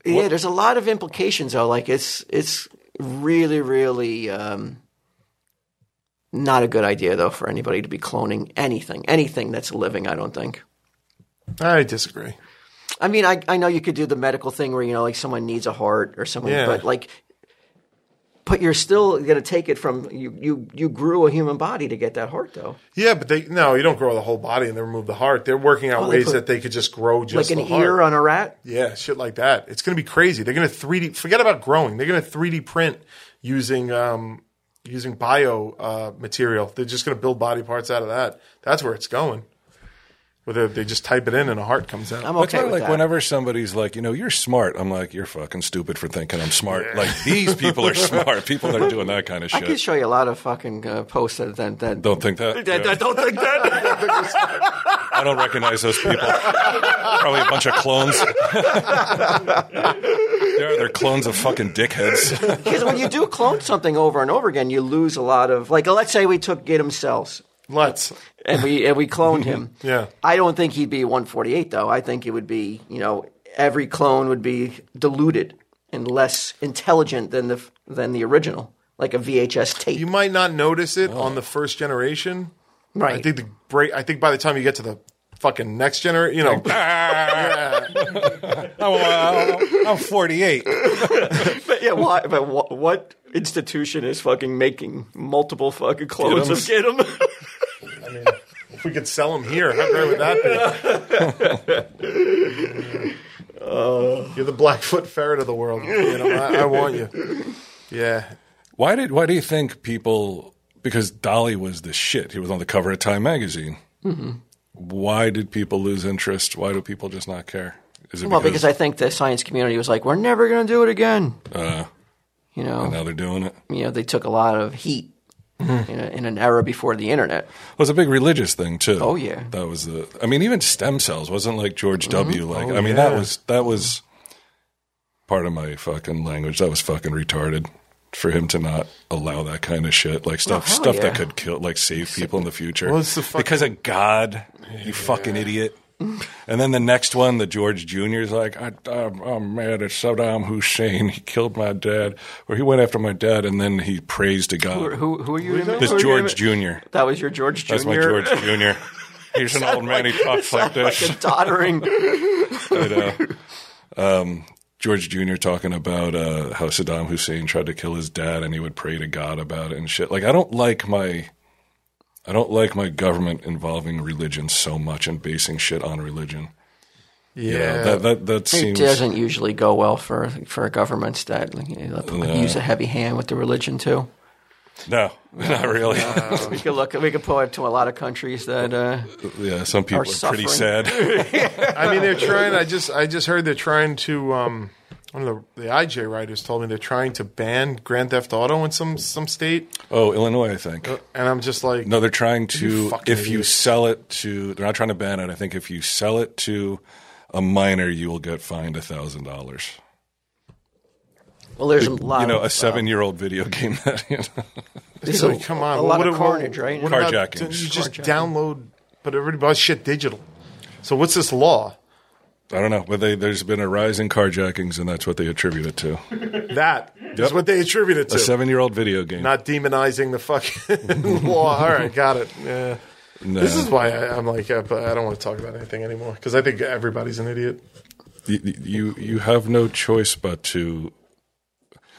S2: Yeah, there's a lot of implications though. Like it's it's really really um, not a good idea though for anybody to be cloning anything anything that's living. I don't think.
S3: I disagree.
S2: I mean, I, I know you could do the medical thing where you know, like someone needs a heart or someone,
S3: Yeah.
S2: but like But you're still going to take it from you, you. You grew a human body to get that heart, though.
S3: Yeah, but they no, you don't grow the whole body and then remove the heart. They're working out
S2: Oh, they
S3: ways
S2: put-
S3: that they could just grow just
S2: Like an
S3: the heart.
S2: ear on a rat.
S3: yeah, shit like that. It's going to be crazy. They're going to 3D forget about growing. They're going to 3D print using um using bio uh material. They're just going to build body parts out of that. That's where it's going. Whether they just type it in and a heart comes out.
S2: I'm
S1: That's
S2: okay
S1: why,
S2: with
S1: like,
S2: that.
S1: whenever somebody's like, you know, you're smart, I'm like, you're fucking stupid for thinking I'm smart. Like, these people are smart. People that are doing that kind of
S2: I can
S1: shit.
S2: show you a lot of fucking uh, posts that that, that
S1: Don't think that.
S2: that-
S1: yeah.
S2: that don't think that.
S1: I don't recognize those people. Probably a bunch of clones. they're, they're clones of fucking dickheads.
S2: Because when you do clone something over and over again, you lose a lot of like. Let's say we took Gidim cells
S3: Let's.
S2: and we and we cloned him.
S3: Yeah.
S2: I don't think he'd be 148 though. I think it would be you know every clone would be diluted and less intelligent than the than the original, like a VHS tape.
S3: You might not notice it
S2: Oh.
S3: on the first generation.
S2: right.
S3: I think the break I think by the time you get to the fucking next generation, you know,
S1: Oh, wow. I'm 48.
S2: But yeah, why? But wh- what institution is fucking making multiple fucking clones of Gidim?
S3: if we could sell them here, how great would that be? You're the Blackfoot ferret of the world. You know, I, I want you. Yeah.
S1: Why did why do you think people because Dolly was the shit. He was on the cover of Time magazine.
S2: Mm-hmm.
S1: Why did people lose interest? Why do people just not care? Is it
S2: well, because I think the science community was like, we're never going to do it again. you know,
S1: now they're doing it?
S2: you know, they took a lot of heat in, a, in an era before the internet.
S1: Well, it's a big religious thing too.
S2: Oh, yeah. Mm-hmm.
S1: that was the. I mean, even stem cells wasn't like George W. Like
S2: Oh,
S1: I mean, that
S3: yeah.
S1: was that was part of my fucking language. That was fucking retarded for him to not allow that kind of shit, like stuff
S2: hell
S1: stuff
S2: yeah.
S1: that could kill, like save people in the future.
S3: Well, it's the fucking-
S1: because of God, you fucking idiot. And then the next one, the George Jr. is like, I, I'm, I'm mad at Saddam Hussein. He killed my dad, or he went after my dad, and then he prays to God.
S2: Who, who are you?
S1: This George Jr.
S2: That was your George Jr.
S1: That's my George Jr. He's an old man. He talks like this.
S2: Fucking tottering.
S1: But, uh, um, George Jr. talking about uh, how Saddam Hussein tried to kill his dad, and he would pray to God about it and shit. Like I don't like my, I don't like my government involving religion so much and basing shit on religion.
S3: Yeah.
S1: You know, that that that
S2: it
S1: seems.
S2: doesn't usually go well for for governments that like, you know, use a heavy hand with the religion too.
S1: No, not really.
S2: We could look. We could point to a lot of countries that. Uh,
S1: yeah, some people
S2: Our
S1: are
S2: suffering.
S1: pretty sad.
S3: I mean, they're trying. I just, I just heard they're trying to. Um, one of the, the IJ writers told me they're trying to ban Grand Theft Auto in some some state,
S1: Oh, Illinois, I think.
S3: and I'm just like,
S1: No, they're trying
S3: You
S1: to.
S3: fucking
S1: If you
S3: idiot.
S1: sell it to, they're not trying to ban it. I think if you sell it to a minor, you will get fined a thousand dollars.
S2: well, there's a lot.
S1: You know,
S3: Oh,
S2: of,
S1: a seven-year-old video game that you know,
S2: there's
S3: Like, come on,
S2: a lot
S3: what
S2: of
S3: about-
S2: carnage, right?
S3: what about-
S1: Carjackings.
S3: don't You just download, but everybody buys shit digital. So what's this law?
S1: I don't know, but they, there's been a rise in carjackings, and that's what they attribute it to.
S3: That is what they attribute it to.
S1: A seven-year-old video game.
S3: not demonizing the fucking law. All right, got it. Yeah.
S1: No.
S3: This is why I, I'm like, uh, but I don't want to talk about anything anymore because I think everybody's an idiot.
S1: you, you you have no choice but to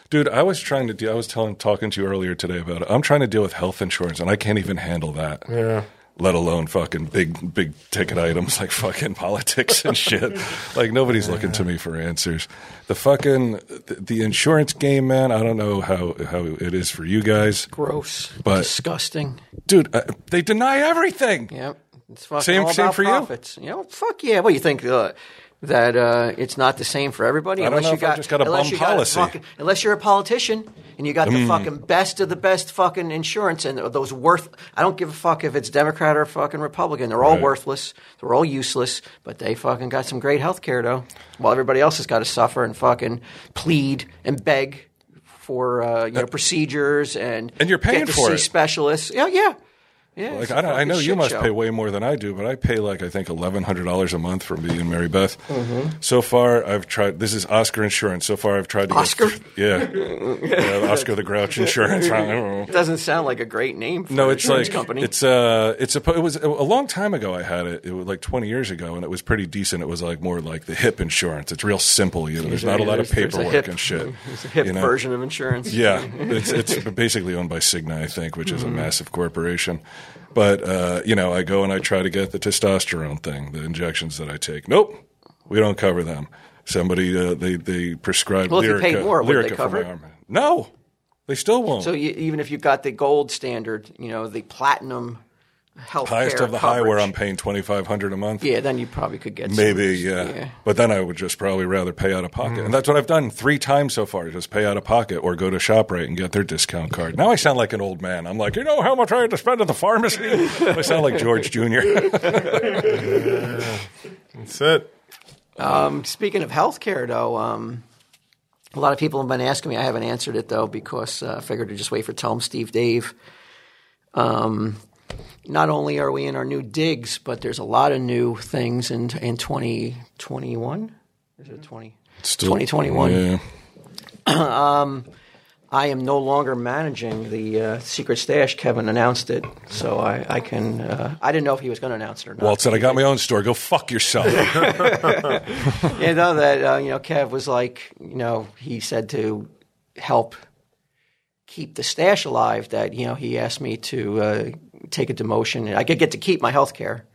S1: dude i was trying to deal i was telling talking to you earlier today about it i'm trying to deal with health insurance and i can't even handle that
S3: Yeah.
S1: let alone fucking big big ticket items like fucking politics and shit like nobody's looking to me for answers the fucking the, the insurance game man i don't know how how it is for you guys
S2: Gross.
S1: But-
S2: disgusting.
S1: dude uh, they deny everything
S2: Yep. It's fucking
S1: Same-
S2: all
S1: same
S2: about
S1: for you?
S2: profits. You know, fuck yeah. Well, you think uh, that uh, it's not the same for everybody?
S1: I don't
S2: unless
S1: know
S2: you
S1: if I've
S2: got,
S1: just got a
S2: unless
S1: bum
S2: you
S1: policy. Hmm.
S2: Got fucking, unless you're a politician and you got the fucking best of the best fucking insurance and those worth. I don't give a fuck if it's Democrat or fucking Republican. They're all
S1: Right.
S2: worthless. They're all useless. But they fucking got some great health care though, while everybody else has got to suffer and fucking plead and beg. For uh, you know, procedures and
S1: And you're paying
S2: get to
S1: for
S2: see
S1: it.
S2: specialists. Yeah, yeah. Yeah,
S1: Like
S2: it's a
S1: I, don't, I
S2: fucking
S1: know you
S2: shit
S1: must
S2: show.
S1: pay way more than I do, but I pay like I think eleven hundred dollars a month for me and Mary Beth.
S2: Mm-hmm.
S1: So far, I've tried. This is Oscar insurance. So far, I've tried to
S2: Oscar?
S1: Go, yeah, yeah, Oscar the Grouch insurance. I don't know.
S2: Doesn't sound like a great name. For
S1: No,
S2: an
S1: it's
S2: insurance
S1: like
S2: company.
S1: it's uh, it's a, it was a long time ago. I had it. It was like twenty years ago, and it was pretty decent. It was like more like the hip insurance. It's real simple. You know, there's not a lot of
S2: There's- there's a
S1: paperwork
S2: hip-
S1: and shit.
S2: It's a hip
S1: you know?
S2: version of insurance.
S1: Yeah, it's it's basically owned by Cigna, I think, which
S2: Mm-hmm.
S1: is a massive corporation. But uh, you know, I go and I try to get the testosterone thing, the injections that I take. Nope, we don't cover them. Somebody uh, they they prescribe
S2: Well, if you
S1: Lyrica,
S2: paid more, would they
S1: Lyrica for
S2: cover
S1: my
S2: it?
S1: arm. No, they still won't.
S2: So you, even if you got the gold standard, you know the platinum health
S1: Highest of the high, where I'm paying twenty five hundred a month.
S2: Yeah, then you probably could get some.
S1: Maybe, yeah. But then I would just probably rather pay out of pocket.
S2: Mm.
S1: And that's what I've done three times so far just pay out of pocket or go to ShopRite and get their discount card. Now I sound like an old man. I'm like, you know how much I had to spend at the pharmacy? I sound like George Jr.
S3: That's it.
S2: Um, speaking of healthcare, though, um, a lot of people have been asking me. I haven't answered it though because uh, I figured to just wait for Tell 'em Steve Dave. Um, not only are we in our new digs, but there's a lot of new things in in 2021. Is it 20? 2021.
S1: Yeah.
S2: I am no longer managing the uh, secret stash. Kevin announced it, so I, I can. Uh, I didn't know if he was going to announce it or not.
S1: Walt said, I got my own store. Go fuck yourself.
S2: you know that uh, you know Kev was like you know he said to help keep the stash alive that you know he asked me to uh, take a demotion and I could get to keep my health care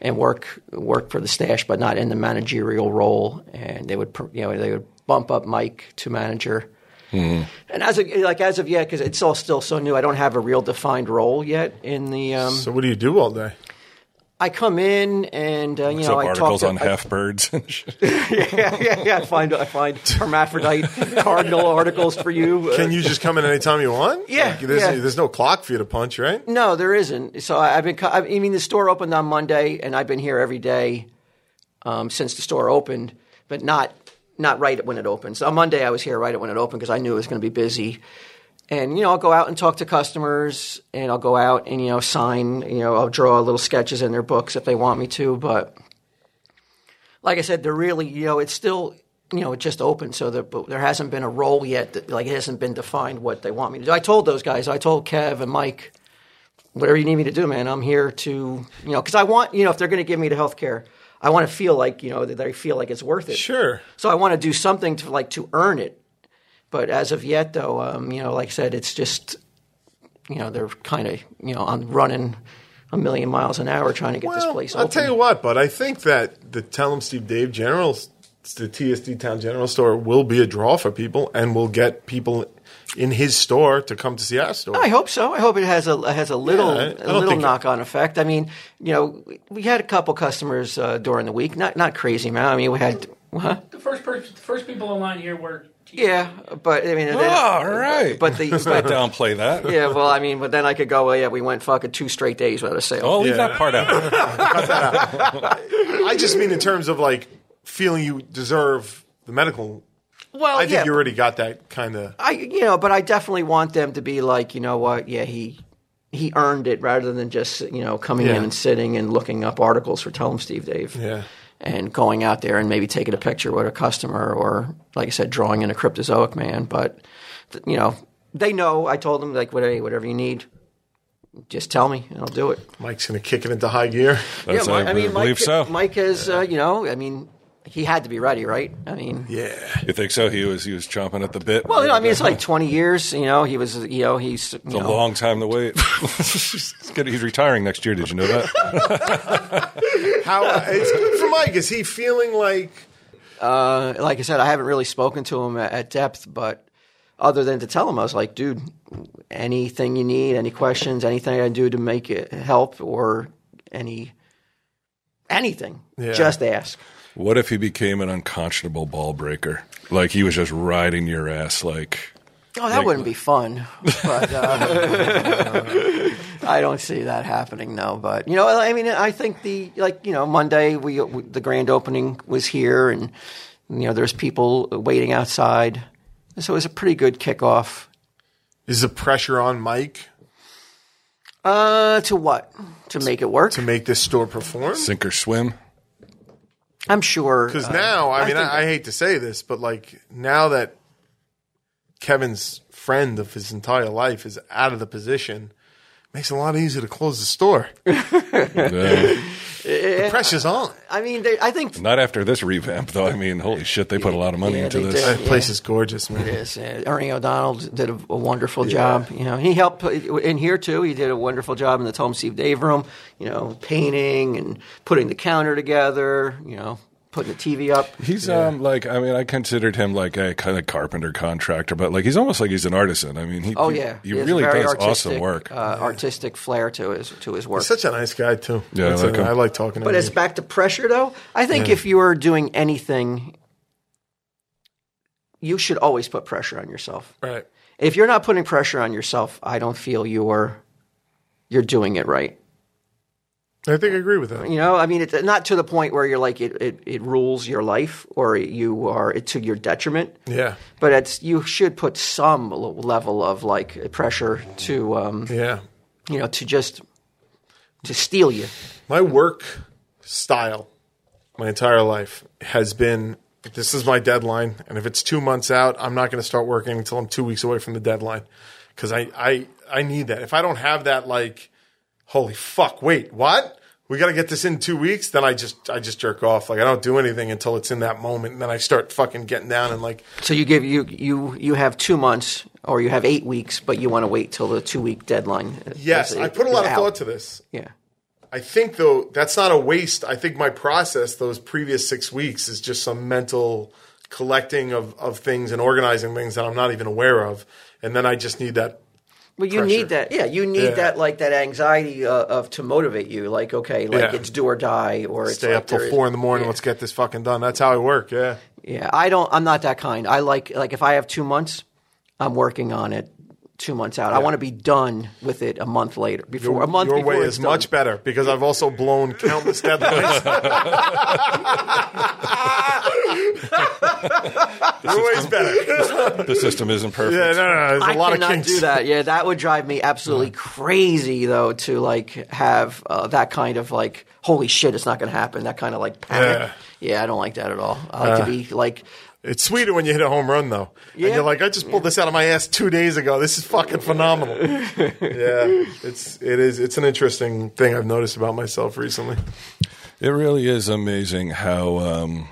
S2: and work work for the stash but not in the managerial role and they would pr- you know they would bump up Mike to manager.
S1: Mm-hmm.
S2: And as of, like as of yet, because it's all still so new, I don't have a real defined role yet in the. Um,
S3: So what do you do all day?
S2: I come in and uh, you know
S1: so
S2: I talk
S1: articles
S2: to,
S1: on
S2: I-
S1: half birds and shit.
S2: yeah, yeah, yeah. I find I find hermaphrodite cardinal articles for you. Uh,
S3: Can you just come in anytime you want?
S2: Yeah,
S3: Like, there's,
S2: yeah.
S3: there's no clock for you to punch, right?
S2: no, there isn't. So I, I've been. co- I mean, the store opened on Monday, and I've been here every day um, since the store opened, but not not right when it opened. So on Monday, I was here right when it opened because I knew it was going to be busy. And you know, I'll go out and talk to customers, and I'll go out and you know sign. You know, I'll draw little sketches in their books if they want me to, but. like I said, they're really you know it's still you know it just opened, so there, but there hasn't been a role yet. That, like it hasn't been defined what they want me to do. I told those guys, I told Kev and Mike, whatever you need me to do, man, I'm here to you know because I want you know if they're going to give me the health care, I want to feel like you know that they feel like it's worth it.
S3: Sure.
S2: So I want to do something to like to earn it. But as of yet, though, um, you know, like I said, it's just you know they're kind of you know I'm running a million miles an hour trying to get this place
S3: I'll
S2: open.
S3: tell you what, but I think that the Tell 'em Steve Dave General, the TSD Town General Store, will be a draw for people and will get people in his store to come to see our store.
S2: I hope so. I hope it has a has a little
S3: Yeah, I- I don't
S2: a little
S3: think-
S2: knock on effect. I mean, you know, we had a couple customers uh, during the week, not not crazy amount. I mean, we had, huh?
S4: The first person, the first people in line here were.
S2: yeah, but I mean, then-
S1: Ah, All right.
S2: but the
S1: I
S2: but,
S1: downplay that.
S2: yeah, well, I mean, but then I could go, well, yeah, we went fucking two straight days without a sale.
S1: I'll leave
S3: Yeah.
S1: that part out.
S3: I just mean in terms of like feeling you deserve the medical.
S2: well,
S3: I think
S2: Oh, yeah,
S3: you already got that kind of.
S2: I you know, but I definitely want them to be like, you know what? Yeah, he he earned it rather than just you know coming
S3: Yeah.
S2: in and sitting and looking up articles for Tell 'em Steve Dave.
S3: Yeah.
S2: And going out there and maybe taking a picture with a customer or, like I said, drawing in a cryptozoic man. But, th- you know, they know. I told them, like, whatever, whatever you need, just tell me and I'll do it.
S3: Mike's going to kick it into high gear.
S1: That's,
S2: Mi-
S1: I, believe
S2: Mike,
S1: so.
S2: Mike is, uh, you know, I mean, he had to be ready, right? I mean,
S3: Yeah.
S1: you think so? He was he was chomping at the bit.
S2: well, you know, I mean, it's like 20 years, you know, he was, you know, he's, you
S1: a
S2: know,
S1: long time to wait. He's gonna- he's retiring next year. Did you know that?
S3: How it's good for Mike. Is he feeling like
S2: like I said, I haven't really spoken to him at, at depth, but other than to tell him, I was like, dude, anything you need, any questions, anything I can do to make it help or any anything,
S3: Yeah.
S2: just ask.
S1: What if he became an unconscionable ball breaker? Like he was just riding your ass. Like
S2: Oh, that wouldn't be fun. But uh, I don't see that happening, no. But you know, I mean, I think the like you know Monday we, we the grand opening was here, and you know there's people waiting outside, so it was a pretty good kickoff.
S3: is the pressure on Mike?
S2: Uh, to what? To make it work?
S3: to make this store perform?
S1: Sink or swim.
S2: I'm sure.
S3: Because
S2: uh,
S3: now, I mean,
S2: think-
S3: I, I hate to say this, but like now that Kevin's friend of his entire life is out of the position, makes it a lot easier to close the store.
S1: Yeah.
S3: The pressure's on.
S2: I mean, they, I think
S1: Not after this revamp, though. I mean, holy shit, they put a lot of money
S2: Yeah,
S1: into
S2: they
S1: this.
S2: did.
S3: That place is gorgeous, man.
S2: Yes, uh, Ernie O'Donnell did a, a wonderful job. You know, he helped in here too. He did a wonderful job in the Tom Steve Dave room. You know, painting and putting the counter together. You know, putting the TV up.
S1: He's um like I mean I considered him like a kind of carpenter contractor, but like he's almost like he's an artisan. I mean he
S2: Oh yeah,
S1: he, he
S2: has a
S1: really
S2: very
S1: does
S2: artistic,
S1: awesome work.
S2: Uh, Artistic flair to his to his work.
S3: Such a nice guy too.
S1: Yeah, I
S3: That's
S1: like
S3: it.
S1: him.
S3: I like talking to
S2: But
S3: him.
S2: it's back to pressure, though. I think if you are doing anything, you should always put pressure on yourself.
S3: right.
S2: If you're not putting pressure on yourself, I don't feel you're you're doing it right.
S3: I think I agree with that.
S2: You know, I mean, it's not to the point where you're like it, it, it rules your life or you are it to your detriment.
S3: Yeah.
S2: But it's you should put some l- level of like pressure to um,
S3: Yeah.
S2: you know to just to steal you.
S3: my work style my entire life has been this is my deadline and if it's two months out i'm not going to start working until i'm two weeks away from the deadline because I, I i need that if i don't have that like holy fuck wait what we got to get this in two weeks then i just i just jerk off like i don't do anything until it's in that moment and then i start fucking getting down and like
S2: So you give you you you have two months or you have eight weeks, but you want to wait till the two week deadline. is-
S3: yes
S2: is-
S3: i put a lot
S2: is
S3: of
S2: out.
S3: thought to this
S2: Yeah.
S3: I think though that's not a waste. I think my process those previous six weeks is just some mental collecting of, of things and organizing things that I'm not even aware of, and then I just need that.
S2: Well, you
S3: Pressure.
S2: need that. Yeah, you need
S3: Yeah.
S2: that like that anxiety uh, of to motivate you. Like okay, like
S3: Yeah.
S2: it's do or die, or it's
S3: Stay
S2: like
S3: up till
S2: there is-
S3: four in the morning. Let's get this fucking done. That's how I work. Yeah,
S2: Yeah, I don't. I'm not that kind. I like like if I have two months, I'm working on it two months out. I want to be done with it a month later. Before a month
S3: your
S2: before
S3: way
S2: it's
S3: is
S2: done.
S3: much better because I've also blown countless deadlines. your way's better.
S2: Uh,
S1: the system isn't perfect.
S3: Yeah, no, no, no. There's a
S2: I
S3: lot of
S2: cannot
S3: kinks.
S2: do that. Yeah, that would drive me absolutely crazy though to like have uh, that kind of like holy shit, it's not going to happen. That kind of like panic. Yeah. I don't like that at all. I
S3: Uh.
S2: like to be like.
S3: It's sweeter when you hit a home run, though.
S2: Yeah.
S3: And you're like, I just pulled this out of my ass two days ago. This is fucking phenomenal. yeah, it's it is. It's an interesting thing I've noticed about myself recently.
S1: It really is amazing how, um,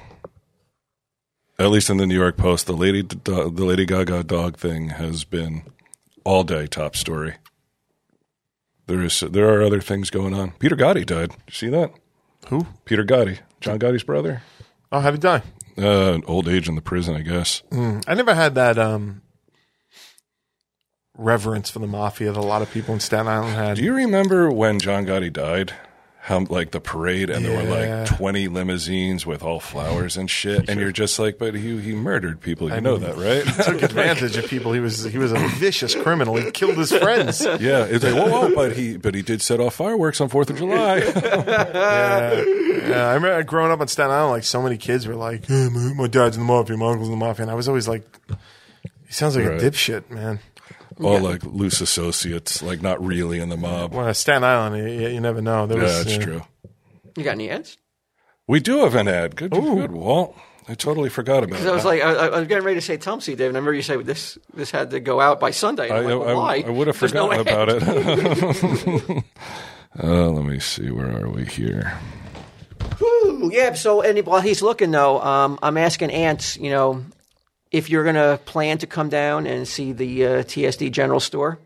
S1: at least in the New York Post, the lady the Lady Gaga dog thing has been all day top story. There is there are other things going on. Peter Gotti died. You see that?
S3: Who?
S1: Peter Gotti, John Gotti's brother.
S3: Oh, how did die?
S1: Uh, old age in the prison, I guess.
S3: I never had that um, reverence for the mafia that a lot of people in Staten Island had.
S1: Do you remember when John Gotti died? How like the parade, and there were
S3: Yeah.
S1: like twenty limousines with all flowers and shit, and you're just like, but he he murdered people. You know that, right?
S3: took advantage of people. He was he was a vicious criminal. He killed his friends.
S1: Yeah, it's like whoa, whoa, but he but he did set off fireworks on Fourth of July.
S3: Yeah, yeah. I remember growing up on Staten Island, like so many kids were like, "Yeah, my, my dad's in the mafia, my uncle's in the mafia, and I was always like, he sounds like
S1: Right.
S3: a dipshit, man.
S1: All like loose associates, like not really in the mob.
S3: Well, Staten Island, you, you never know. There
S1: Yeah,
S3: was,
S1: that's
S3: uh,
S1: true.
S2: You got any ads?
S1: We do have an ad. Good, good, Walt. I totally forgot about
S2: Because I
S1: it.
S2: was like, I, I I was getting ready to say Tom C. Dave, and I remember you said this this had to go out by Sunday. And
S1: I,
S2: I'm like, well,
S1: I-
S2: why?
S1: I would have
S2: There's no
S1: forgotten
S2: ad.
S1: about it. uh, let me see. Where are we here?
S2: Woo! Yeah. So, and while he's looking though, um, I'm asking Ants, you know, if you're going to plan to come down and see the uh, TSD General Store.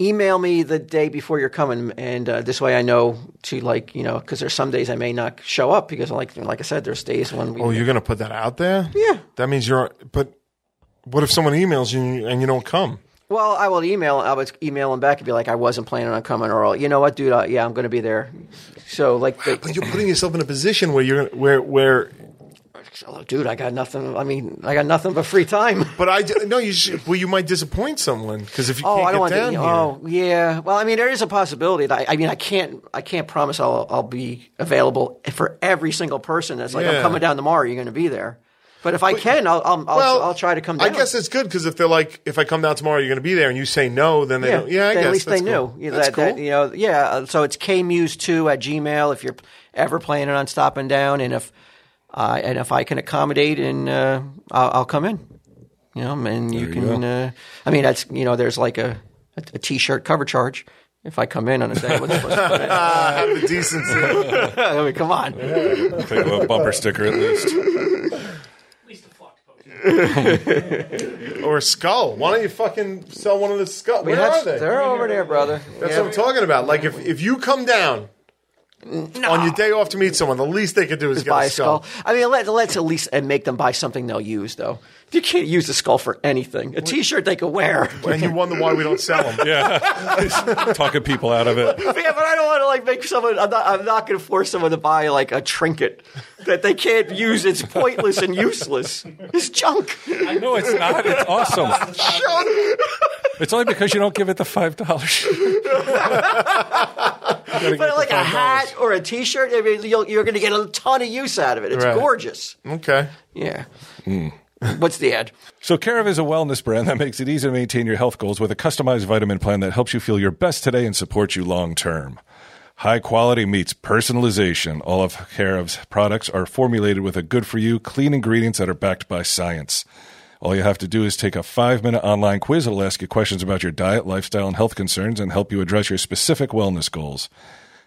S2: Email me the day before you're coming, and uh, this way I know to like you know because there's some days I may not show up because like like I said, there's days when we
S3: Oh, you're gonna put that out there?
S2: Yeah.
S3: That means you're. But what if someone emails you and you don't come?
S2: Well, I will email. I would email them back and be like, I wasn't planning on coming, or I'll- you know what, dude, I, yeah, I'm going to be there. So like, they,
S3: But you're putting yourself in a position where you're where where.
S2: oh, dude, I got nothing. I mean, I got nothing but free time.
S3: But I d- no, you should, well, you might disappoint someone because if you
S2: Oh,
S3: can't
S2: I don't
S3: get
S2: want
S3: down
S2: to.
S3: here,
S2: Oh, yeah. Well, I mean, there is a possibility that I, I mean, I can't. I can't promise I'll I'll be available for every single person that's like, I'm
S3: Yeah.
S2: coming down tomorrow. You're going to be there. But if I can, I'll I'll, I'll, I'll try to come down.
S3: I guess it's good because if they're like, if I come down tomorrow, you're going to be there, and you say no, then they
S2: yeah,
S3: don't. Yeah, I
S2: then
S3: guess
S2: at least
S3: that's
S2: they
S3: cool.
S2: knew. Yeah,
S3: That's
S2: that, that,
S3: cool.
S2: you know, yeah. uh, So it's kmuse2 at Gmail if you're ever planning on stopping down, and if uh, and if I can accommodate, and uh, I'll, I'll come in. You know, and you
S1: There you
S2: can.
S1: go.
S2: uh, I mean, that's you know, there's like a a, a t-shirt cover charge. If I come in on a day, what's supposed to
S3: Ah, have the decency.
S2: I mean, come on.
S1: Pick up a bumper sticker at least.
S4: At least a flock poster.
S3: or a skull. Why don't you fucking sell one of the skull?
S2: We
S3: Where
S2: have-
S3: are they?
S2: They're over there, brother.
S3: That's
S2: Yeah.
S3: what I'm talking about. Like if, if you come down on your day off to meet someone, the least they could do is, get
S2: buy
S3: a skull.
S2: I mean, let, let's at least and make them buy something they'll use, though. You can't use the skull for anything. A T-shirt they could wear.
S3: And you wonder why we don't sell them.
S1: Yeah, talking people out of it.
S2: yeah, but I don't want to like make someone. I'm not. I'm not going to force someone to buy like a trinket that they can't use. It's pointless and useless. It's junk.
S1: No, it's not. It's awesome. It's only because you don't give it the five dollars.
S2: But like a hat or a T-shirt, I mean, you'll, you're going to get a ton of use out of it. It's
S3: Right.
S2: gorgeous.
S3: Okay.
S2: Yeah. Hmm. What's the ad?
S1: So, Carav is a wellness brand that makes it easy to maintain your health goals with a customized vitamin plan that helps you feel your best today and supports you long term. High quality meets personalization. All of Carav's products are formulated with a good for you, clean ingredients that are backed by science. All you have to do is take a five minute online quiz. It'll ask you questions about your diet, lifestyle, and health concerns and help you address your specific wellness goals.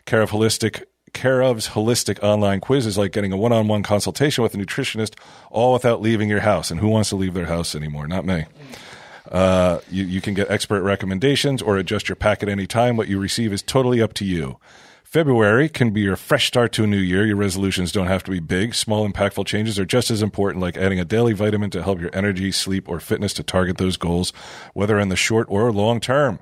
S1: Care of Holistic Care of's holistic online quiz is like getting a one-on-one consultation with a nutritionist, all without leaving your house. And who wants to leave their house anymore? Not me. Uh, you, you can get expert recommendations or adjust your pack at any time. What you receive is totally up to you. February can be your fresh start to a new year. Your resolutions don't have to be big. Small, impactful changes are just as important, like adding a daily vitamin to help your energy, sleep, or fitness to target those goals, whether in the short or long term.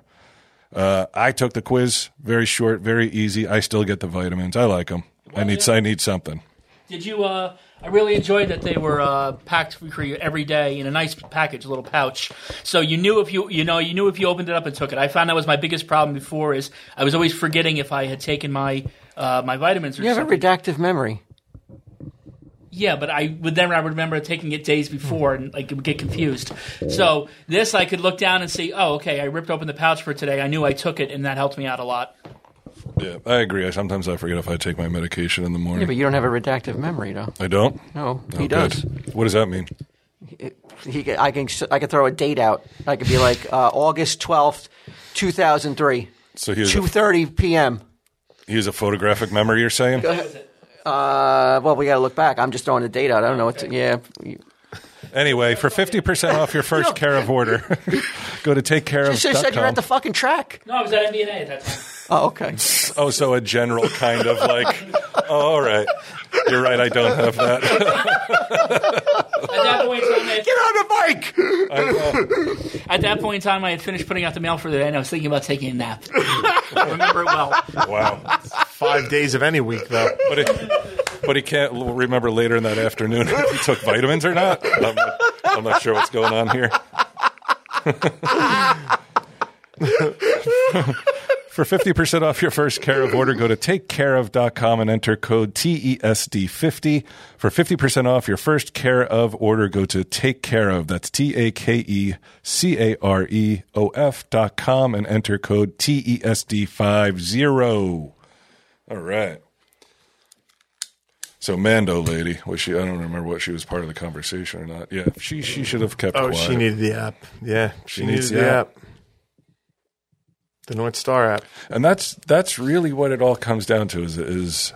S1: Uh, I took the quiz. Very short, very easy. I still get the vitamins. I like them. I need. I need something.
S4: Did you? Uh, I really enjoyed that they were uh, packed for you every day in a nice package, a little pouch. So you knew if you, you know, you knew if you opened it up and took it. I found that was my biggest problem before is I was always forgetting if I had taken my uh, my vitamins. Or
S2: You have a
S4: something.
S2: redactive memory.
S4: Yeah, but I would then I would remember taking it days before and like it would get confused. So this I could look down and see. Oh, okay, I ripped open the pouch for today. I knew I took it, and that helped me out a lot.
S1: Yeah, I agree. I, sometimes I forget if I take my medication in the morning.
S2: Yeah, but you don't have a redactive memory, though.
S1: I don't.
S2: No,
S1: Oh,
S2: he
S1: good.
S2: does.
S1: What does that mean?
S2: it- he, could- I can I can throw a date out. I could be like uh, August twelfth, two thousand three,
S1: So he's
S2: two
S1: a,
S2: thirty p.m.
S1: he has a photographic memory. You're saying?
S2: Uh, well, we got to look back. I'm just throwing a date out. I don't know what. To, yeah,
S1: Anyway, for fifty percent off your first care of order, go to takecareof.com.
S2: you should have said you're at the fucking track.
S4: No, I was at MBNA at that time.
S2: Oh, okay.
S1: oh, so a general kind of like. Oh, all right. You're right. I don't have that.
S4: At that point in time, I had-
S2: Get on the bike.
S4: At that point in time, I had finished putting out the mail for the day, and I was thinking about taking a nap. I remember it well.
S1: Wow.
S3: Five days of any week though.
S1: But it, but he can't l- remember later in that afternoon if he took vitamins or not. I'm not, I'm not sure what's going on here. For 50% off your first care of order, go to takecareof.com and enter code E TESD50. For 50% off your first care of order, go to take care of. That's T A K E C A R E O F dot com and enter code E TESD50. All right. So Mando lady, was she? I don't remember what she was part of the conversation or not. Yeah, she she should have kept.
S3: Oh,
S1: quiet.
S3: she needed the app. Yeah, she,
S1: needs
S3: needs
S1: the
S3: the app. The North Star app.
S1: and that's that's really what it all comes down to is is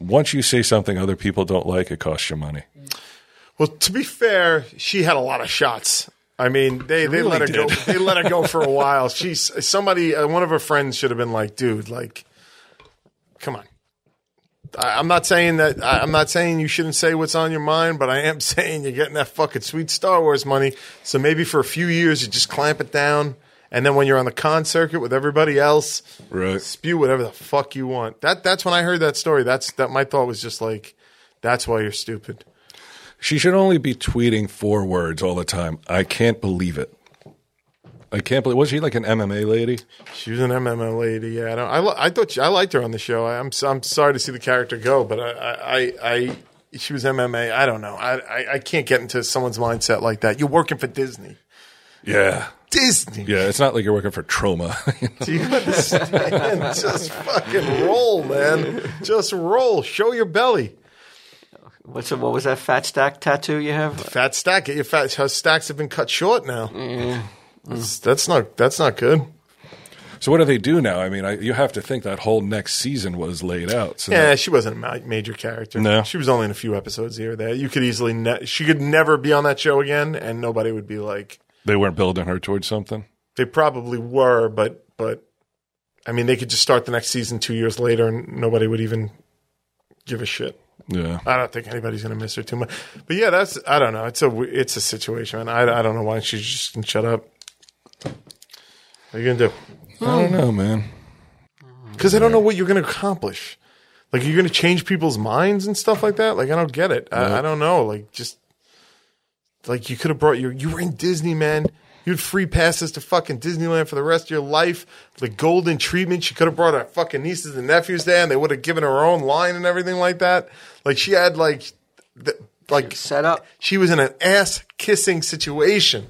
S1: once you say something other people don't like, it costs you money.
S3: Well, to be fair, she had a lot of shots. I mean, they, they
S1: really
S3: let her go.
S1: did.
S3: They let her go for a while. She's somebody. Uh, one of her friends should have been like, "Dude, like, come on." I, I'm not saying that. I, I'm not saying you shouldn't say what's on your mind, but I am saying you're getting that fucking sweet Star Wars money. So maybe for a few years, you just clamp it down, and then when you're on the con circuit with everybody else,
S1: Right.
S3: spew whatever the fuck you want. That that's when I heard that story. That's that my thought was just like, that's why you're stupid.
S1: She should only be tweeting four words all the time. I can't believe it. I can't believe. Was she like an MMA lady?
S3: She was an MMA lady. Yeah, I don't, I, li- I thought she, I liked her on the show. I, I'm s- I'm sorry to see the character go, but I I I, I she was MMA. I don't know. I, I, I can't get into someone's mindset like that. You're working for Disney.
S1: Yeah.
S3: Disney.
S1: Yeah, it's not like you're working for trauma. you know?
S3: Do you understand? Just fucking roll, man. Just roll. Show your belly.
S2: What's what was that fat stack tattoo you have?
S3: Fat stack. Get your fat. Her stacks have been cut short now. That's, that's not. That's not good.
S1: so what do they do now? I mean, I, you have to think that whole next season was laid out. So
S3: Yeah, she wasn't a ma- major character.
S1: No.
S3: she was only in a few episodes here or there. You could easily. Ne- she could never be on that show again, and nobody would be like.
S1: they weren't building her towards something.
S3: They probably were, but but, I mean, they could just start the next season two years later, and nobody would even give a shit.
S1: Yeah.
S3: I don't think anybody's going to miss her too much. But yeah, that's I don't know. It's a w- it's a situation. man. I I don't know why she just can shut up. What are you going to do?
S1: I don't know, man.
S3: Because I don't know what you're going to accomplish. Like you're going to change people's minds and stuff like that. Like I don't get it. I, I don't know. Like just like you could have brought your you were in Disney, man. You had free passes to fucking Disneyland for the rest of your life. The golden treatment. She could have brought her fucking nieces and nephews there, and they would have given her own line and everything like that. Like she had like th- like
S2: Set up.
S3: she was in an ass kissing situation.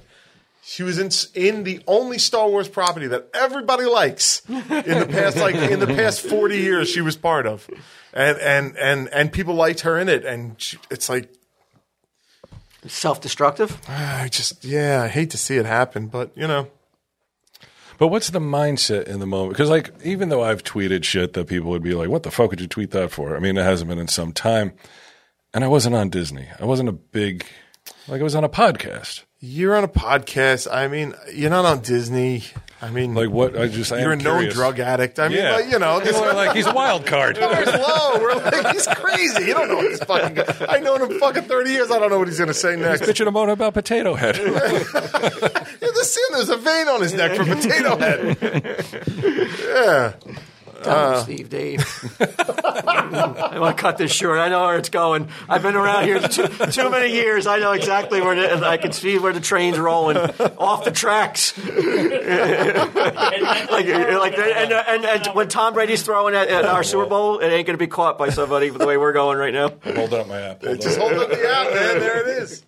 S3: She was in in the only Star Wars property that everybody likes in the past like in the past 40 years she was part of. And and and and people liked her in it and she, it's like
S2: Self destructive.
S3: I just yeah, I hate to see it happen, but you know,
S1: But what's the mindset in the moment? Because like, even though I've tweeted shit that people would be like, "What the fuck would you tweet that for?" I mean, it hasn't been in some time, and I wasn't on Disney. I wasn't a big like I was on a podcast.
S3: you're on a podcast. I mean, you're not on Disney. I mean,
S1: Like what? I just I
S3: you're a
S1: am
S3: known
S1: curious.
S3: drug addict. I mean,
S1: Yeah,
S3: like, you know, this
S1: people are like he's a wild card.
S3: We're slow. We're like, he's crazy. You don't know what he's fucking. I know him fucking thirty years. I don't know what he's gonna say next.
S1: Bitching a moan about Potato Head.
S3: Yeah, the sin, there's a vein on his neck for potato head.
S2: Tell him, Oh, Steve, Dave. I want to cut this short. I know where it's going. I've been around here too, too many years. I know exactly where the, I can see where the train's rolling off the tracks. like, like, and, uh, and, and when Tom Brady's throwing at, at our Super Bowl, it ain't going to be caught by somebody the way we're going right now.
S1: Hold up my app. Hold
S3: Just
S1: up.
S3: hold up the app, man. There it is.